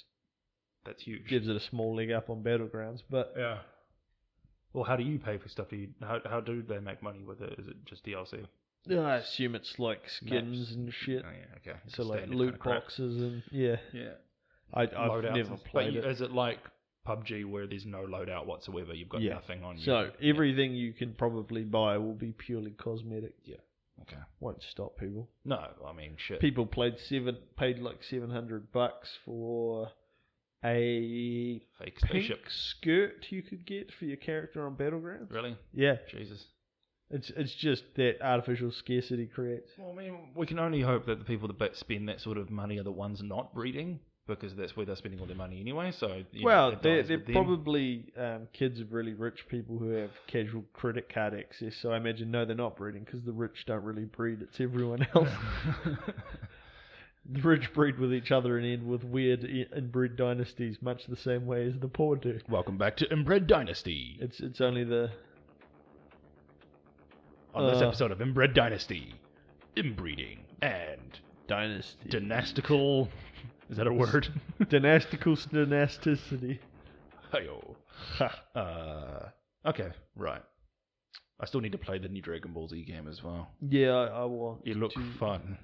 That's huge.
gives it a small leg up on battlegrounds. But
Yeah. Well, how do you pay for stuff? Do you, how how do they make money with it? Is it just DLC?
I assume it's like skins
Maps.
and shit.
Oh, yeah, okay. It's
So
a
like
standard
loot
kinda crap.
boxes and yeah,
Yeah.
I, I've
Loadouts
never
and-
played
but you-
it.
Is it like PUBG where there's no loadout whatsoever? You've got
Yeah.
nothing on you.
So everything you can probably buy will be purely cosmetic.
Okay.
Won't stop people.
No, I mean shit.
People played seven, paid like seven hundred bucks for a
Fake
pink
spaceship.
skirt you could get for your character on Battlegrounds.
Really?
Yeah,
Jesus.
it's it's just that artificial scarcity creates.
Well, I mean, we can only hope that the people that ba- spend that sort of money are the ones not breeding, because that's where they're spending all their money anyway. So you know,
well,
it
they're,
dies
they're
with them.
probably um, kids of really rich people who have casual credit card access. So I imagine no, they're not breeding because the rich don't really breed. It's everyone else. the rich breed with each other and end with weird i- inbred dynasties, much the same way as the poor do.
Welcome back to Inbred Dynasty.
It's it's only the
On this
uh,
episode of Inbred Dynasty, inbreeding and
dynasty
dynastical. Is that a word?
dynastical dynasticity.
Heyo. Uh, okay, right. I still need to play the new Dragon Ball Z game as well.
Yeah, I, I want.
You look
to,
fun.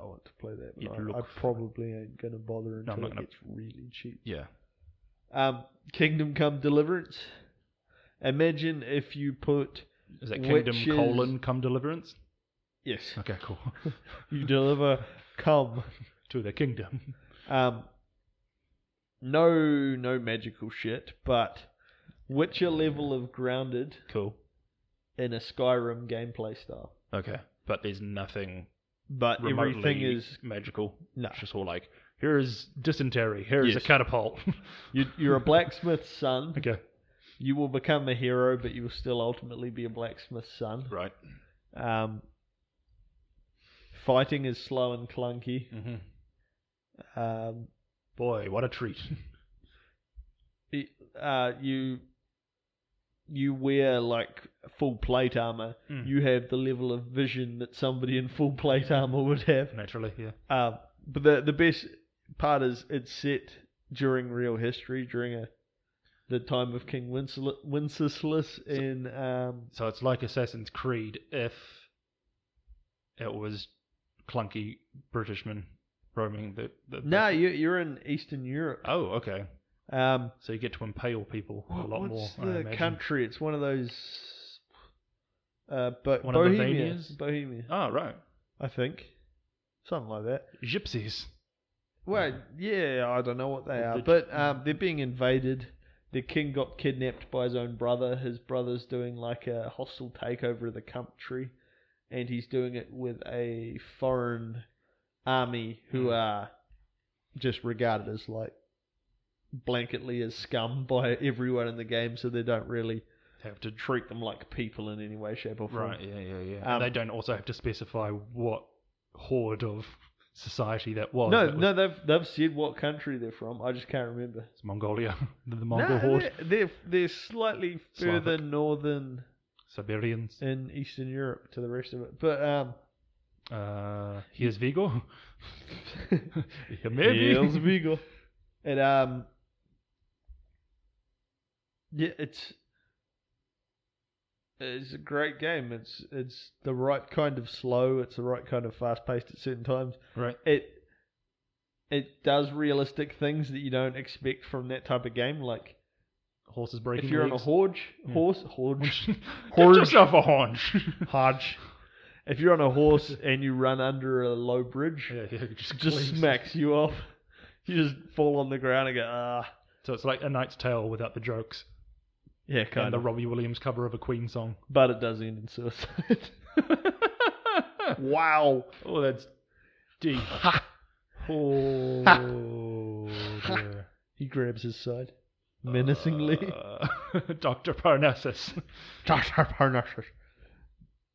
I want to play that.
It
But I,
look
I
fun.
probably ain't gonna bother until
I'm not
it
gonna-
gets really cheap.
Yeah.
Um, Kingdom Come Deliverance. Imagine if you put
Is that Kingdom
Which is-
colon come deliverance?
yes,
Okay, cool.
you deliver come.
to the kingdom.
Um, no, no magical shit, but Witcher level of grounded
Cool.
in a Skyrim gameplay style.
Okay, but there's nothing
but
remotely
everything is
magical.
no.
It's just all like, here's dysentery, here's
Yes.
a catapult.
You, you're a blacksmith's son.
okay.
You will become a hero, but you will still ultimately be a blacksmith's son.
Right.
Um, fighting is slow and clunky.
hmm
Um,
Boy, what a treat.
it, uh, you you wear like full plate armor.
Mm.
You have the level of vision that somebody in full plate armor would have.
Naturally, yeah.
Um, but the the best part is it's set during real history, during a the time of King Wencesla- Wenceslas in um,
So it's like Assassin's Creed if it was clunky Britishmen roaming the. the, the
no, you, you're in Eastern Europe.
Oh, okay.
Um,
So you get to impale people a
what-
lot more.
what's
I
the
imagine.
country? It's one of those. Uh, but
One of the
Bohemia,
Vanias?
Bohemia,
Oh, right.
I think, something like that.
Gypsies.
Well, yeah, I don't know what they are,
The-
but um, they're being invaded. Their king got kidnapped by his own brother. His brother's doing like a hostile takeover of the country, and he's doing it with a foreign army who
Mm.
are just regarded as like blanketly as scum by everyone in the game, so they don't really
Have to.
treat them like people in any way, shape, or form.
Right, yeah, yeah, yeah.
Um,
and they don't also have to specify what horde of society that was.
No,
Oh, That was-
no, they've they've said what country they're from. I just can't remember.
It's Mongolia. the Mongol
no,
horde.
They're, they're, they're slightly
Slavic.
further northern
Siberians.
in Eastern Europe to the rest of it. But um,
Uh, here's Vigo. yeah, maybe.
Here's Vigo. And um, yeah, it's it's a great game. It's it's the right kind of slow. It's the right kind of fast paced at certain times.
Right.
It it does realistic things that you don't expect from that type of game. Like
Horses breaking
if you're on a
legs.
horge,
Yeah.
horse, horge,
Get
Horge.
yourself a haunch.
Hodge. If you're on a horse and you run under a low bridge,
yeah, yeah,
it
just,
just
please.
smacks you off. You just fall on the ground and go, ah.
So it's like a Knight's Tale without the jokes
Yeah,
and
kind
the
of.
Robbie Williams cover of a Queen song.
But it does end in suicide. wow.
oh, that's deep. oh, dear.
He grabs his side menacingly.
Uh, Doctor Parnassus.
Dr. Parnassus.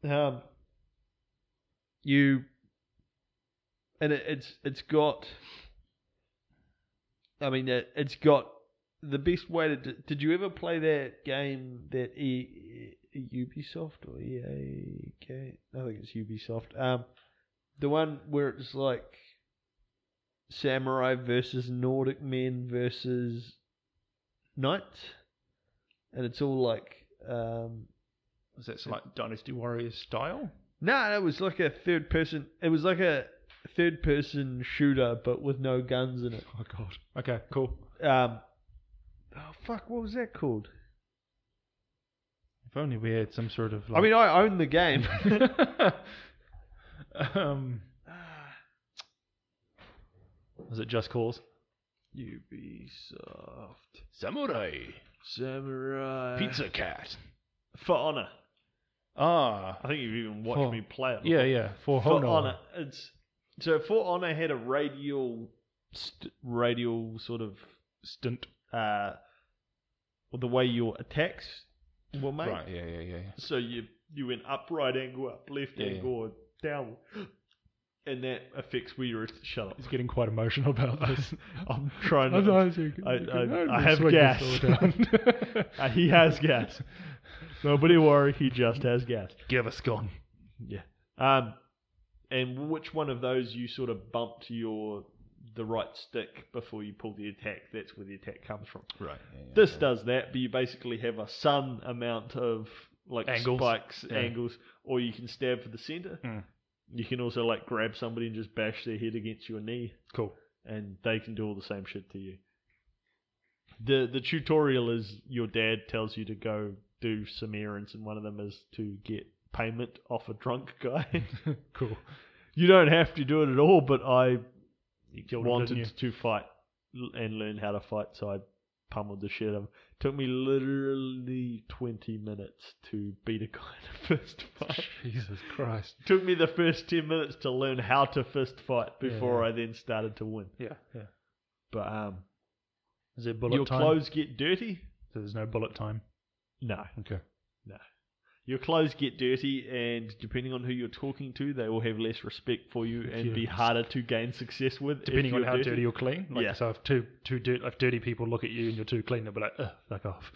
Um, you and it, it's it's got. I mean, it, it's got the best way to. d- Did you ever play that game that e, e- Ubisoft or EA game? I think it's Ubisoft. Um, the one where it's like samurai versus Nordic men versus knights, and it's all like um,
Was that like Dynasty Warriors style?
no, it was like a third person. It was like a third person shooter, but with no guns in it.
Oh god. Okay, cool.
Um, oh fuck, what was that called?
If only we had some sort of.
I mean, I own the game.
I mean, um, was it Just Cause?
Ubisoft
Samurai Uh,
Samurai
Cat.
for Honor.
Ah,
I think you've even watched
For-
me play it.
yeah, yeah. For,
For
Honor.
Honor. It's so For Honor had a radial, st- radial sort of
Stint.
uh, well, the way your attacks were made.
Right. Yeah, yeah, yeah. yeah.
So you you went up right angle, up left
Yeah, yeah.
angle, or down, and that affects where you're. Shut up.
He's getting quite emotional about this.
I'm trying
I,
to.
I,
I- I have gas. Uh, he has gas. Nobody worry, he just has gas.
Give us gone.
Yeah. Um, and which one of those you sort of bumped your the right stick before you pull the attack? That's where the attack comes from.
Right.
This does that, but you basically have a sun amount of like
Angles.
spikes,
Yeah.
angles, or you can stab for the center.
Mm.
You can also like grab somebody and just bash their head against your knee,
Cool.
and they can do all the same shit to you. the The tutorial is your dad tells you to go do some errands, and one of them is to get payment off a drunk guy.
Cool.
you don't have to do it at all, but I
You killed him, didn't
wanted to
you?
fight l- and learn how to fight, so I pummeled the shit out of him. Took me literally 20 minutes to beat a guy in a fist fight.
Jesus Christ.
Took me the first 10 minutes to learn how to fist fight before
Yeah.
I then started to win.
Yeah, yeah.
But um,
Is there bullet
your
time?
clothes get dirty?
So there's no bullet time.
No.
Okay.
Your clothes get dirty, and depending on who you're talking to, they will have less respect for you and be
Yes.
harder to gain success with. if
Depending on
you're
how dirty. or clean. Like,
Yeah.
So if two two dirt, if dirty people look at you and you're too clean, they'll be like, Ugh, fuck off.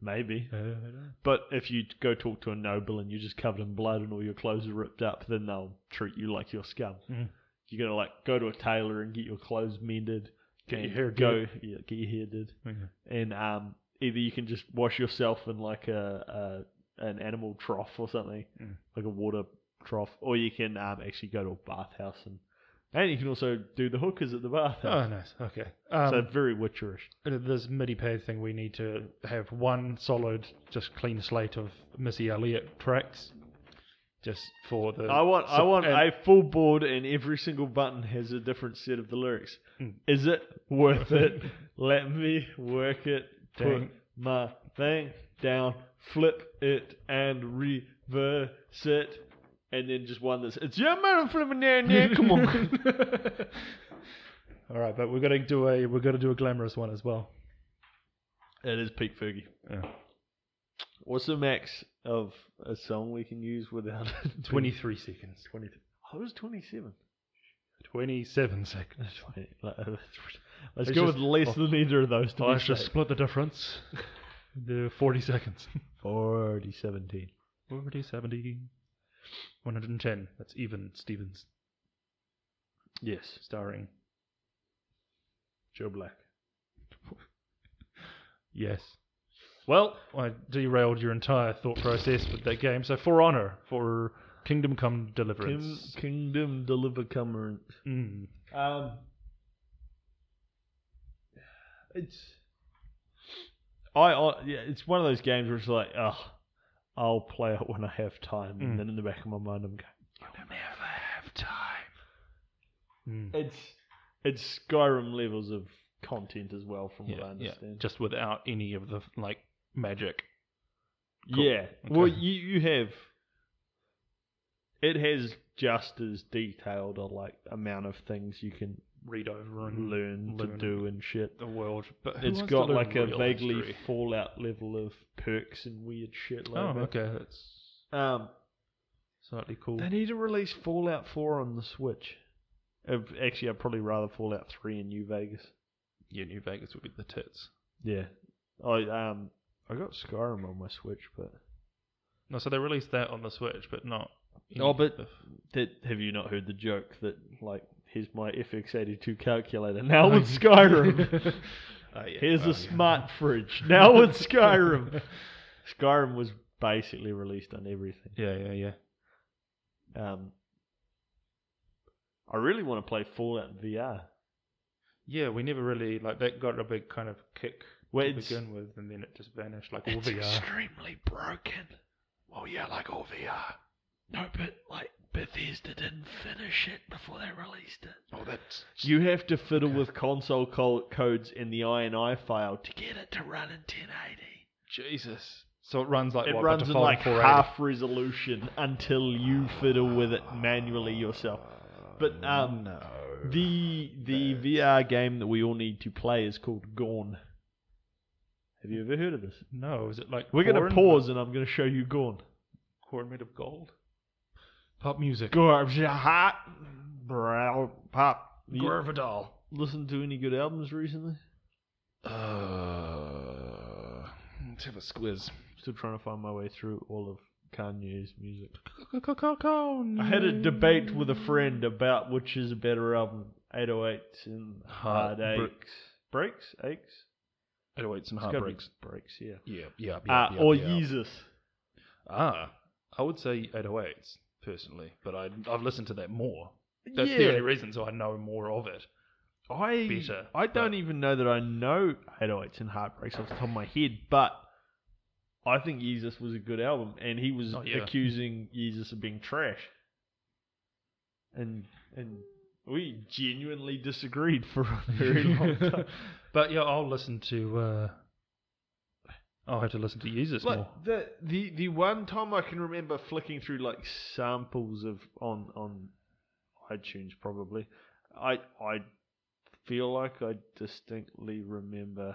Maybe.
Uh,
But if you go talk to a noble and you're just covered in blood and all your clothes are ripped up, then they'll treat you like you're scum.
Mm.
You're gonna like go to a tailor and get your clothes mended.
Get your
and
hair
go yeah, get your hair did.
yeah.
And um either you can just wash yourself in like a, a an animal trough or something.
Mm.
Like a water trough. Or you can um actually go to a bathhouse and and you can also do the hookers at the bathhouse.
Oh, nice. Okay. Um,
so very witcherish.
Uh, this MIDI pad thing, we need to have one solid, just clean slate of Missy Elliott tracks, just for the.
I want I
so-
want
and-
a full board and every single button has a different set of the lyrics.
Mm.
Is it worth it? Let me work it. Put
Dang.
my thing down, flip it and reverse it. And then just one that's it's yeah man I'm flipping down there. Come on.
All right, but we're gonna do a we're gonna do a glamorous one as well.
it is Pete Fergie.
Yeah.
What's the max of a song we can use without it?
Twenty three seconds. 20,
I was twenty seven.
27 seconds.
uh, Let's
Let's
go
just-
with less than either of those. To be
Let's just
safe.
split the difference. The forty seconds.
40, 17.
40, 70, 110. That's even Stevens
Yes.
starring.
Joe Black.
Yes. Well, I derailed your entire thought process with that game. So for honor, for Kingdom Come
Kim,
Deliverance.
Kingdom Deliver Cameron.
Mm.
Um, it's. I, I yeah, it's one of those games where it's like, oh, I'll play it when I have time,
Mm.
and then in the back of my mind, I'm going,
You'll never have time. Mm.
it's it's Skyrim levels of content as well, from what I
Yeah, yeah.
understand.
Just without any of the like magic. Cool.
Yeah. Well,
Okay.
you you have. It has just as detailed a like amount of things you can
Read over and
learn to
Mm, learn
do and shit.
the world. But who
It's
wants to
got
learn
like a
real
vaguely
history?
Fallout level of perks and weird shit like
Oh,
that.
okay. That's
Um,
slightly cool.
they need to release Fallout 4 on the Switch. Uh, Actually, I'd probably rather Fallout 3 in New Vegas.
Yeah, New Vegas would be the tits.
Yeah. I um I got Skyrim on my Switch, but
No, so they released that on the Switch, but not.
Oh, but-
the-
that have you not heard the joke that like here's my FX82 calculator now with Skyrim.
Oh, yeah.
Here's
Oh,
a
yeah.
smart fridge now with Skyrim. Skyrim was basically released on everything.
Yeah, yeah, yeah.
Um, I really want to play Fallout VR.
Yeah, we never really like that. Got a big kind of kick
Well,
To
it's,
begin with, and then it just vanished like all VR.
extremely broken. Well, Oh, yeah, like all VR. No, but like Bethesda didn't finish it before they released it. Oh, that's
you have to fiddle with console co- codes in the INI file. To
get it to run in 1080. Jesus. So it runs like
it
what, the
runs in
default
like
480?
half resolution until you fiddle with it manually yourself. But um,
Uh, no.
the the VR game that we all need to play is called Gone. Have you ever heard of this?
no, is it like
We're going
Corrin?
to pause and I'm going to show you Gone.
Core made of gold.
pop music.
Garbage hot brow pop. You
Gorvidal.
listen to any good albums recently?
Uh, let's have a squiz.
Still trying to find my way through all of Kanye's music. I
I
had
Mm.
a debate with a friend about which is a better album, 808s and
Heart-
Heartaches.
Br-
breaks? Aches?
Anyway, it's Oh, some
It's gotta be
heartbreaks.
Breaks, yeah.
Yeah, yeah,
Uh,
yeah,
or
yeah.
Jesus.
Ah, I would say 808s personally, but I I've listened to that more. That's
yeah.
the only reason, so I know more of it.
I,
better,
I don't
but-
even know that I know 808s and Heartbreaks off the top of my head, but I think Jesus was a good album, and he was
Oh, yeah.
accusing Jesus of being trash. And and we genuinely disagreed for a very long time.
But yeah, I'll listen to. Uh, I'll have to listen to users
Like
more.
the the the one time I can remember flicking through like samples of on on iTunes probably, I I feel like I distinctly remember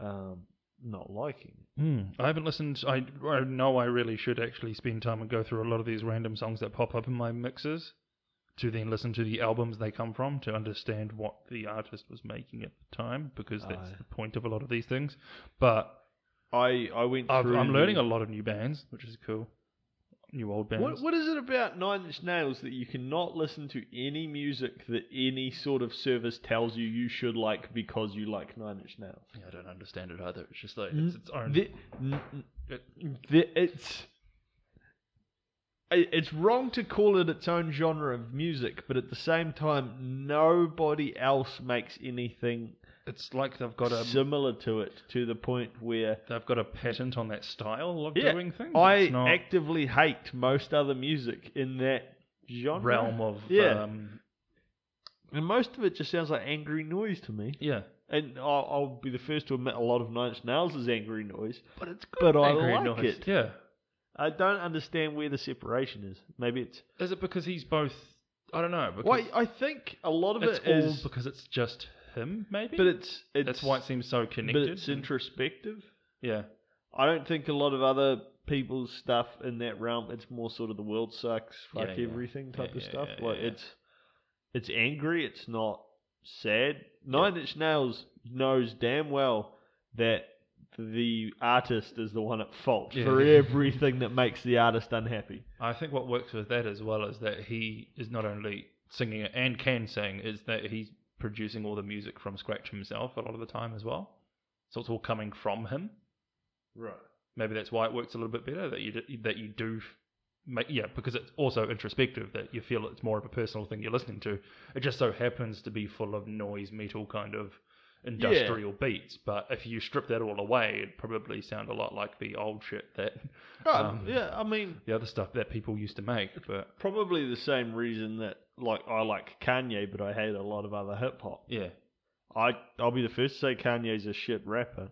um not liking it.
Mm. I haven't listened. I, I know I really should actually spend time and go through a lot of these random songs that pop up in my mixes to then listen to the albums they come from to understand what the artist was making at the time because that's
Aye.
the point of a lot of these things. But
I I went
I've,
through.
I'm
the-
learning a lot of new bands, which is cool. New old bands.
What what is it about Nine Inch Nails that you cannot listen to any music that any sort of service tells you you should like because you like Nine Inch Nails?
Yeah, I don't understand it either. It's just like
N-
it's its
Mm,
own.
The, n- n- the- it's i- it's wrong to call it its own genre of music, but at the same time, nobody else makes anything
it's like they've got a
similar to it to the point where
they've got a patent on that style of
Yeah,
doing things.
I
It's not
actively hate most other music in that genre
realm of
Yeah.
um,
and most of it just sounds like angry noise to me.
yeah.
And I'll, I'll be the first to admit a lot of Nine Inch Nails is angry noise,
But it's
but I like it.
Yeah.
I don't understand where the separation is. Maybe it's
Is it because he's both? I don't know. Because
Well, I think a lot of
it's
it
all
is,
because it's just him, maybe.
but it's, it's
that's why it seems so connected.
But it's introspective.
yeah.
I don't think a lot of other people's stuff in that realm. It's more sort of the world sucks,
Yeah,
fuck
yeah.
everything type
Yeah,
of
yeah,
stuff.
yeah,
like
yeah.
it's it's angry. It's not sad. Nine Inch Nails knows damn well that the artist is the one at fault
Yeah.
for everything that makes the artist unhappy.
I think what works with that as well is that he is not only singing it and can sing, is that he's producing all the music from scratch himself a lot of the time as well. So it's all coming from him.
Right.
Maybe that's why it works a little bit better that you d- that you do f- make yeah because it's also introspective that you feel it's more of a personal thing you're listening to. It just so happens to be full of noise metal kind of industrial beats, but if you strip that all away, it'd probably sound a lot like the old shit that Um,
yeah. I mean,
the other stuff that people used to make. But
probably the same reason that like I like Kanye, but I hate a lot of other hip hop.
yeah.
I I'll be the first to say Kanye's a shit rapper,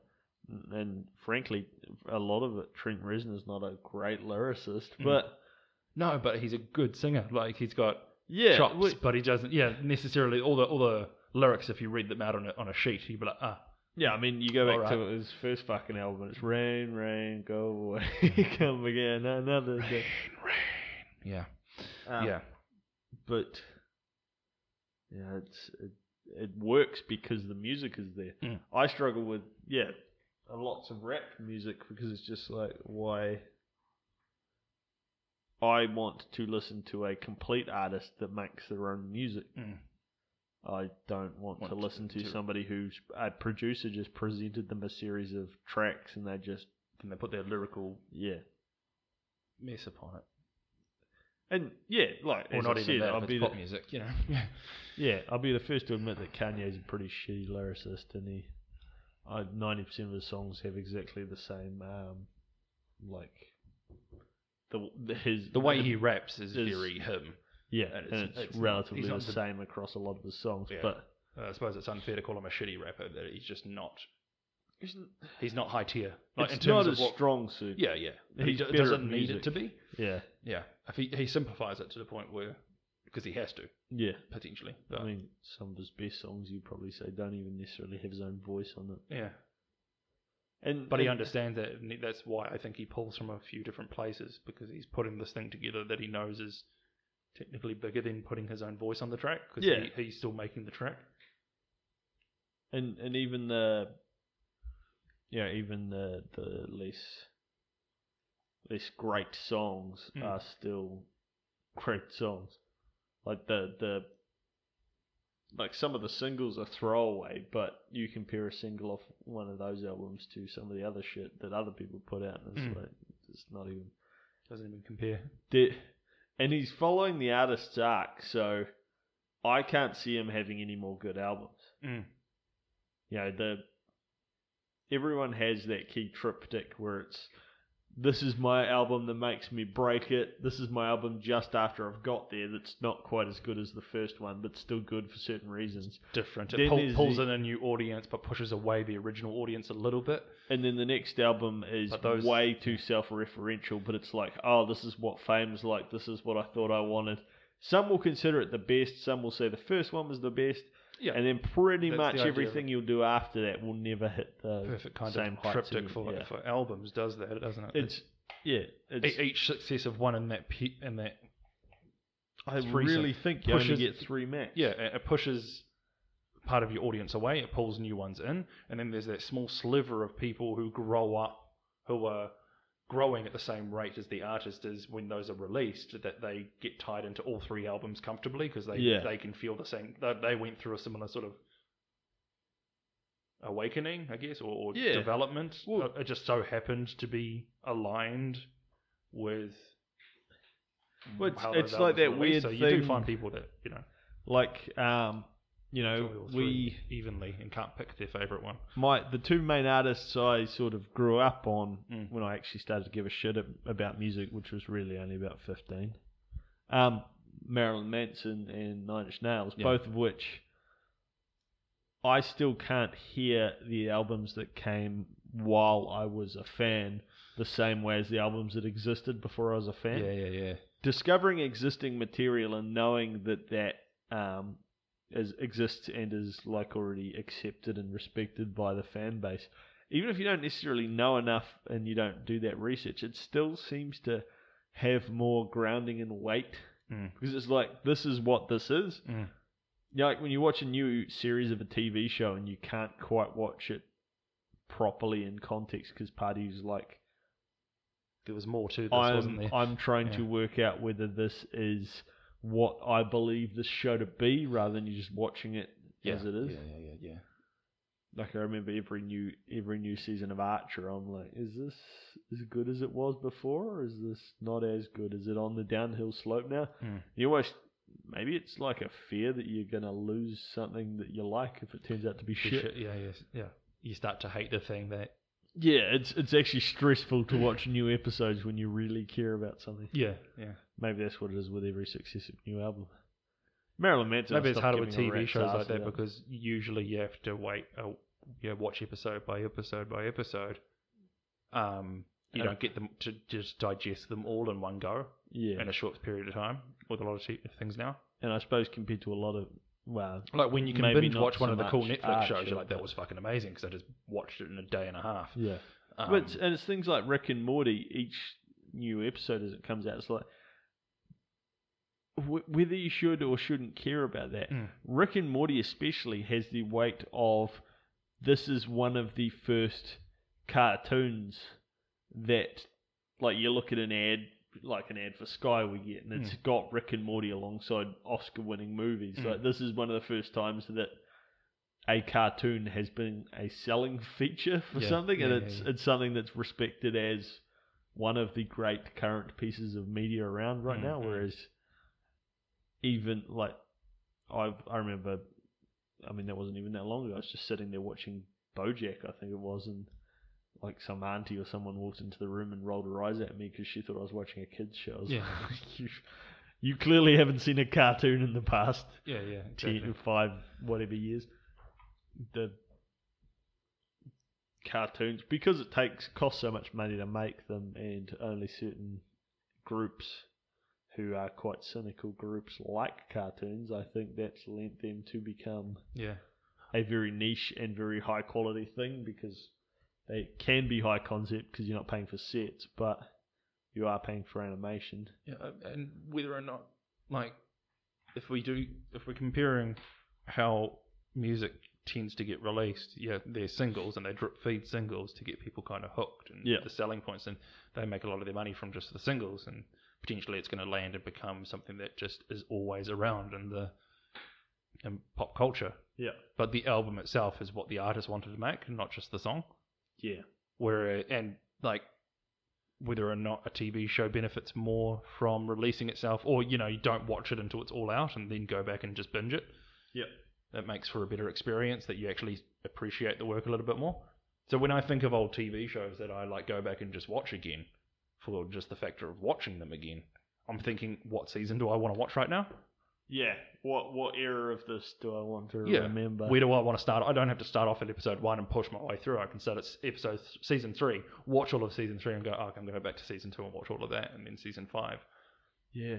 and frankly, a lot of it. Trent Reznor's not a great lyricist,
Mm.
but
No, but he's a good singer. Like he's got
yeah,
chops,
we-
but he doesn't. Yeah, necessarily all the all the lyrics. If you read them out on a, on a sheet, you'd be like, ah,
yeah. I mean, you go back to
Alright.
his first fucking album. It's rain, rain, go away, come again, another day.
yeah,
Um,
yeah,
but yeah, it's it, it works because the music is there.
Mm.
I struggle with yeah, lots of rap music because it's just like why I want to listen to a complete artist that makes their own music.
Mm.
I don't want,
Want
to
to-
listen to,
to-
somebody who's a producer just presented them a series of tracks and they just
and they put their lyrical
yeah.
mess upon it,
And yeah, like
or
as
not
I
even
said,
that.
I'll
if
be
it's
the-
pop music, you know. Yeah,
Yeah, I'll be the first to admit that Kanye's a pretty shitty lyricist, and he, ninety percent of his songs have exactly the same, um, like the the- his
the way he raps is
Is-
very him.
yeah, and
and it's-
it's,
it's-
relatively
he's
the
not the-
same across a lot of his songs,
Yeah.
but
Uh, I suppose it's unfair to call him a shitty rapper. That he's just not.
it's,
He's not high tier. Like in terms
not
of
a
what,
strong suit.
Yeah, yeah. But he
He's
do-
better at
doesn't need
music.
it to be.
yeah,
Yeah, if he he simplifies it to the point where because he has to
yeah.
potentially. But,
I mean, some of his best songs you probly say don't even necessarily have his own voice on it,
yeah.
and
But he
and-
understands that. And that's why I think he pulls from a few different places because he's putting this thing together that he knows is technically bigger than putting his own voice on the track because
Yeah.
he, he's still making the track.
and and even the yeah even the the less less great songs
Mm.
are still great songs like the the like some of the singles are throwaway but you compare a single off one of those albums to some of the other shit that other people put out and it's
Mm.
like it's not even
Doesn't even compare.
there, and he's following the artist's arc so i can't see him having any more good albums
Mm.
you know the everyone has that key triptych where it's this is my album that makes me break it. This is my album just after I've got there that's not quite as good as the first one, but still good for certain reasons.
Different.
Then
It pull,
there's
pulls
the-
in a new audience, but pushes away the original audience a little bit.
And then the next album is
But those-
way too self referential, but it's like, oh, this is what fame's like. This is what I thought I wanted. Some will consider it the best. Some will say the first one was the best.
Yeah.
And then pretty
That's the
much
idea of
everything you'll do after that will never hit the
perfect kind
same
of
heights
triptych
and-
for,
yeah.
for albums does that, doesn't it?
It's yeah. It's,
E- each successive one in that pe- in that
I
it's
really
recent.
think you only
Pushes-
get three max.
yeah, it, it pushes part of your audience away. It pulls new ones in, and then there's that small sliver of people who grow up, who are growing at the same rate as the artist is when those are released. That they get tied into all three albums comfortably because they
Yeah.
they can feel the same. They, they went through a similar sort of awakening, I guess, or, or
Yeah.
development. uh,
Well-
it, it just so happened to be aligned with.
Well, it's-
how those
it's like
albums were
that
released.
weird
so You do
thing-
find people that you know
Like um, you
enjoy
know,
all
we
three evenly and can't pick their favorite one.
my the two main artists I sort of grew up on
Mm.
when I actually started to give a shit ab- about music, which was really only about fifteen. Um, Marilyn Manson and Nine Inch Nails,
Yeah.
both of which I still can't hear the albums that came while I was a fan the same way as the albums that existed before I was a fan.
yeah, yeah.
discovering existing material and knowing that that um, is, exists and is like already accepted and respected by the fan base, even if you don't necessarily know enough and you don't do that research, it still seems to have more grounding and weight
Mm.
because it's like this is what this is.
Mm.
You know, like when you watch a new series of a TV show and you can't quite watch it properly in context because parties like
There was more to this, wasn't
I'm,
there?
I'm trying to
Yeah.
work out whether this is what I believe this show to be rather than you just watching it as it is.
yeah, yeah, yeah.
Like I remember every new every new season of Archer, I'm like, is this as good as it was before or is this not as good? Is it on the downhill slope now?
Hmm.
You always maybe it's like a fear that you're gonna lose something that you like if it turns out to be
Shit.
shit.
Yeah, yeah, yeah. You start to hate the thing that.
Yeah, it's it's actually stressful to watch new episodes when you really care about something.
Yeah, yeah.
Maybe that's what it is with every successive new album. Marilyn Manson.
Maybe it's
stopped
harder with
giving a
TV
rat's
shows
ass
like that
about-
because usually you have to wait, uh, you know, watch episode by episode by episode. Um, you
And-
don't get them to just digest them all in one go
yeah,
in a short period of time with a lot of t- things now.
and I suppose compared to a lot of well,
Like when you can
Maybe
binge
not
watch one
so
of the cool
much
Netflix
Archer,
shows, you're like, that
but-
was fucking amazing because I just watched it in a day and a half.
yeah,
Um,
but it's, and it's things like Rick and Morty. Each new episode as it comes out, it's like wh- whether you should or shouldn't care about that.
Mm.
Rick and Morty especially has the weight of this is one of the first cartoons that like you look at an ad like an ad for Sky we get and it's got Rick and Morty alongside Oscar winning movies.
Mm.
Like this is one of the first times that a cartoon has been a selling feature for
Yeah,
something and
yeah, yeah,
it's
yeah.
it's something that's respected as one of the great current pieces of media around right
Mm,
now
mm.
whereas even like I I remember I mean that wasn't even that long ago. I was just sitting there watching BoJack, I think it was, and like some auntie or someone walked into the room and rolled her eyes at me because she thought I was watching a kids show. I was
Yeah.
like, you, you clearly haven't seen a cartoon in the past
yeah, yeah, exactly.
ten, five, whatever years. The cartoons because it takes costs so much money to make them, and only certain groups who are quite cynical groups like cartoons. I think that's lent them to become
yeah,
a very niche and very high quality thing because they can be high concept because you're not paying for sets, but you are paying for animation.
yeah, uh, and whether or not, like, if we do, if we're comparing how music tends to get released, yeah, they're singles and they drip feed singles to get people kind of hooked and
Yeah.
the selling points, and they make a lot of their money from just the singles, and potentially it's going to land and become something that just is always around in the in pop culture.
Yeah.
But the album itself is what the artist wanted to make, not just the song.
Yeah.
where and like whether or not a TV show benefits more from releasing itself, or you know you don't watch it until it's all out and then go back and just binge it.
Yep.
that makes for a better experience that you actually appreciate the work a little bit more. So when I think of old TV shows that I like go back and just watch again, for just the factor of watching them again. I'm thinking, what season do I want to watch right now?
Yeah. What what era of this do I want to
Yeah,
remember?
Where do I want to start? I don't have to start off at episode one and push my way through. I can start at s- episode th- season three, watch all of season three, and go, oh, I'm going to go back to season two and watch all of that, and then season five.
yeah.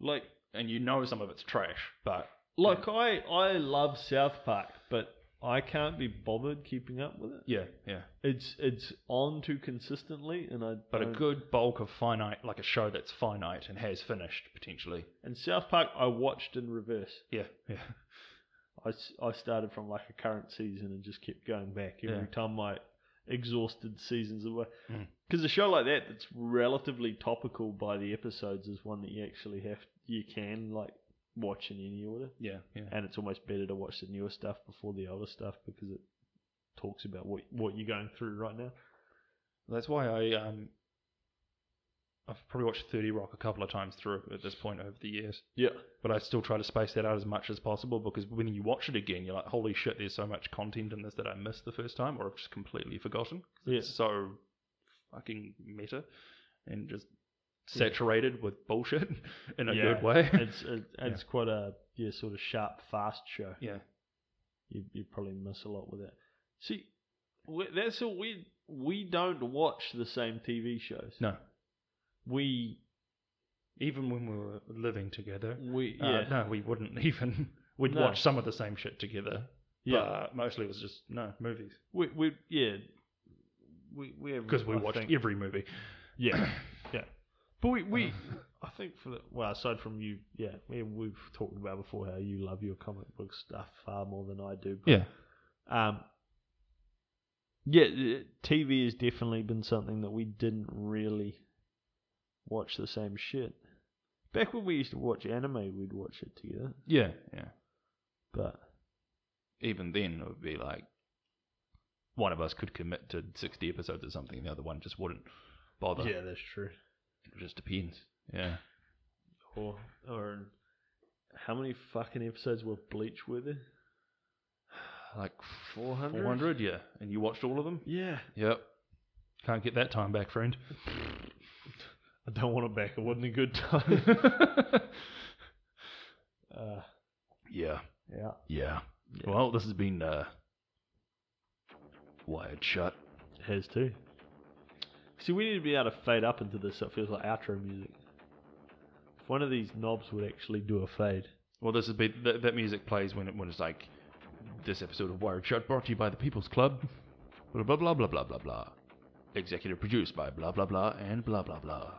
Like, and you know some of it's trash, but
Like I I love South Park, but I can't be bothered keeping up with it.
yeah, yeah.
It's it's on too consistently, and I
But a
don't-
good bulk of finite, like a show that's finite and has finished potentially.
and South Park I watched in reverse.
Yeah, yeah,
I, s- I started from like a current season and just kept going back every
Yeah.
time I exhausted seasons away.
Mm.
Because a show like that that's relatively topical by the episodes is one that you actually have you can like watch in any order,
yeah, yeah.
and it's almost better to watch the newer stuff before the older stuff because it talks about what what you're going through right now.
That's why I um, I've probably watched Thirty Rock a couple of times through at this point over the years.
Yeah,
but I still try to space that out as much as possible because when you watch it again, you're like, holy shit, there's so much content in this that I missed the first time or I've just completely forgotten.
yeah,
It's so fucking meta and just saturated with bullshit in a
Yeah.
good way.
it's it, it's quite a yeah sort of sharp, fast show.
yeah.
you you probably miss a lot with that. See, we, that's all we we don't watch the same TV shows.
No.
We
Even when we were living together,
we
uh,
yeah
no, we wouldn't even. We'd
No.
watch some of the same shit together.
yeah
But mostly it was just, no, movies.
we we yeah we we have-
Because we
Mm, I
watched
think-
every movie.
yeah yeah. But we, we I think for the well aside from you yeah we, we've talked about before how you love your comic book stuff far more than I do. But,
Yeah.
Um. Yeah, uh, TV has definitely been something that we didn't really watch the same shit. Back when we used to watch anime, we'd watch it together.
Yeah. Yeah.
But
even then it would be like one of us could commit to 60 episodes or something the other one just wouldn't bother
that's true.
it just depends yeah
Or or how many fucking episodes were Bleach were there?
like
400?
400 yeah and you watched all of them
Yeah,
yep can't get that time back friend
I don't want it back. It wasn't a good time. uh,
yeah
yeah.
yeah
Yeah.
well this has been uh wired shut
Has too. See, we need to be able to fade up into this so it feels like outro music. If one of these knobs would actually do a fade.
well this would be th- that music plays when it when it's like this episode of wired shut brought to you by the people's club blah blah blah blah blah blah blah executive produced by blah blah blah and blah blah blah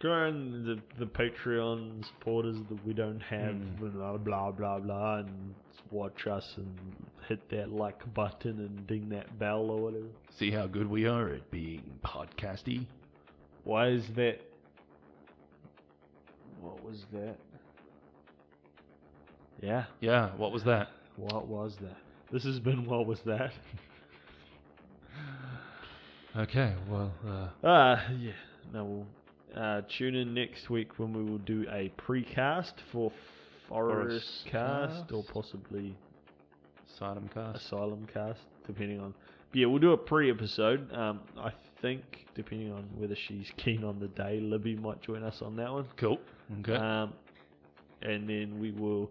Growing the, the Patreon supporters that we don't have,
Mm.
blah, blah, blah, blah, and watch us and hit that like button and ding that bell or whatever.
See how good we are at being podcasty?
Why is that? What was that? Yeah,
Yeah, what was that?
what was that? This has been What Was That?
Okay, well, uh,
Uh, yeah. No, we'll uh, tune in next week when we will do a precast for Forest
Forest
Cast or
Cast?
possibly
Sodom Cast.
Asylum Cast, depending on. But yeah, we'll do a pre episode. Um, I think, depending on whether she's keen on the day, Libby might join us on that one.
Cool. Okay.
Um, and then we will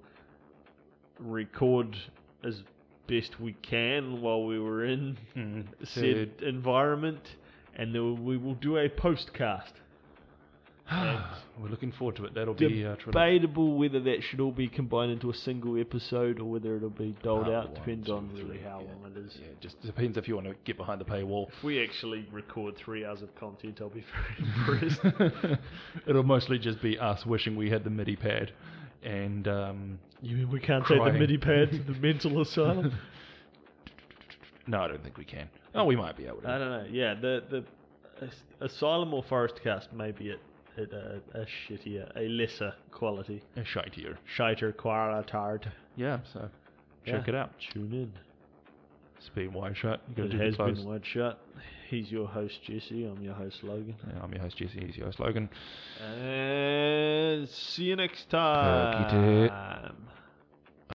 record as best we can while we were in
Mm,
said environment, and then we will do a postcast.
so- We're looking forward to it. That'll be uh, tri-
Debatable whether that should all be combined into a single episode or whether it'll be doled
Part
out.
one,
Depends
two,
on really
three,
how
yeah.
long it is.
Yeah, it just depends if you want to get behind the paywall.
If we actually record three hours of content, I'll be very impressed.
It'll mostly just be us wishing we had the MIDI pad and um,
you mean we can't take the
Crying.
MIDI pad to the mental asylum?
no, I don't think we can. Oh, we might be able to.
I don't know. Yeah, the the as- asylum or forest cast may be at, at a, a shittier, a lesser quality,
A shite here.
shiter qualitard.
Yeah, so check
Yeah.
it out.
Tune in.
It's been wide shut. You gotta
It
do the
has
close.
been one shot. He's your host Jesse. I'm your host Logan.
Yeah, I'm your host, Jesse. He's your host, Logan.
And see you next
Okey
time.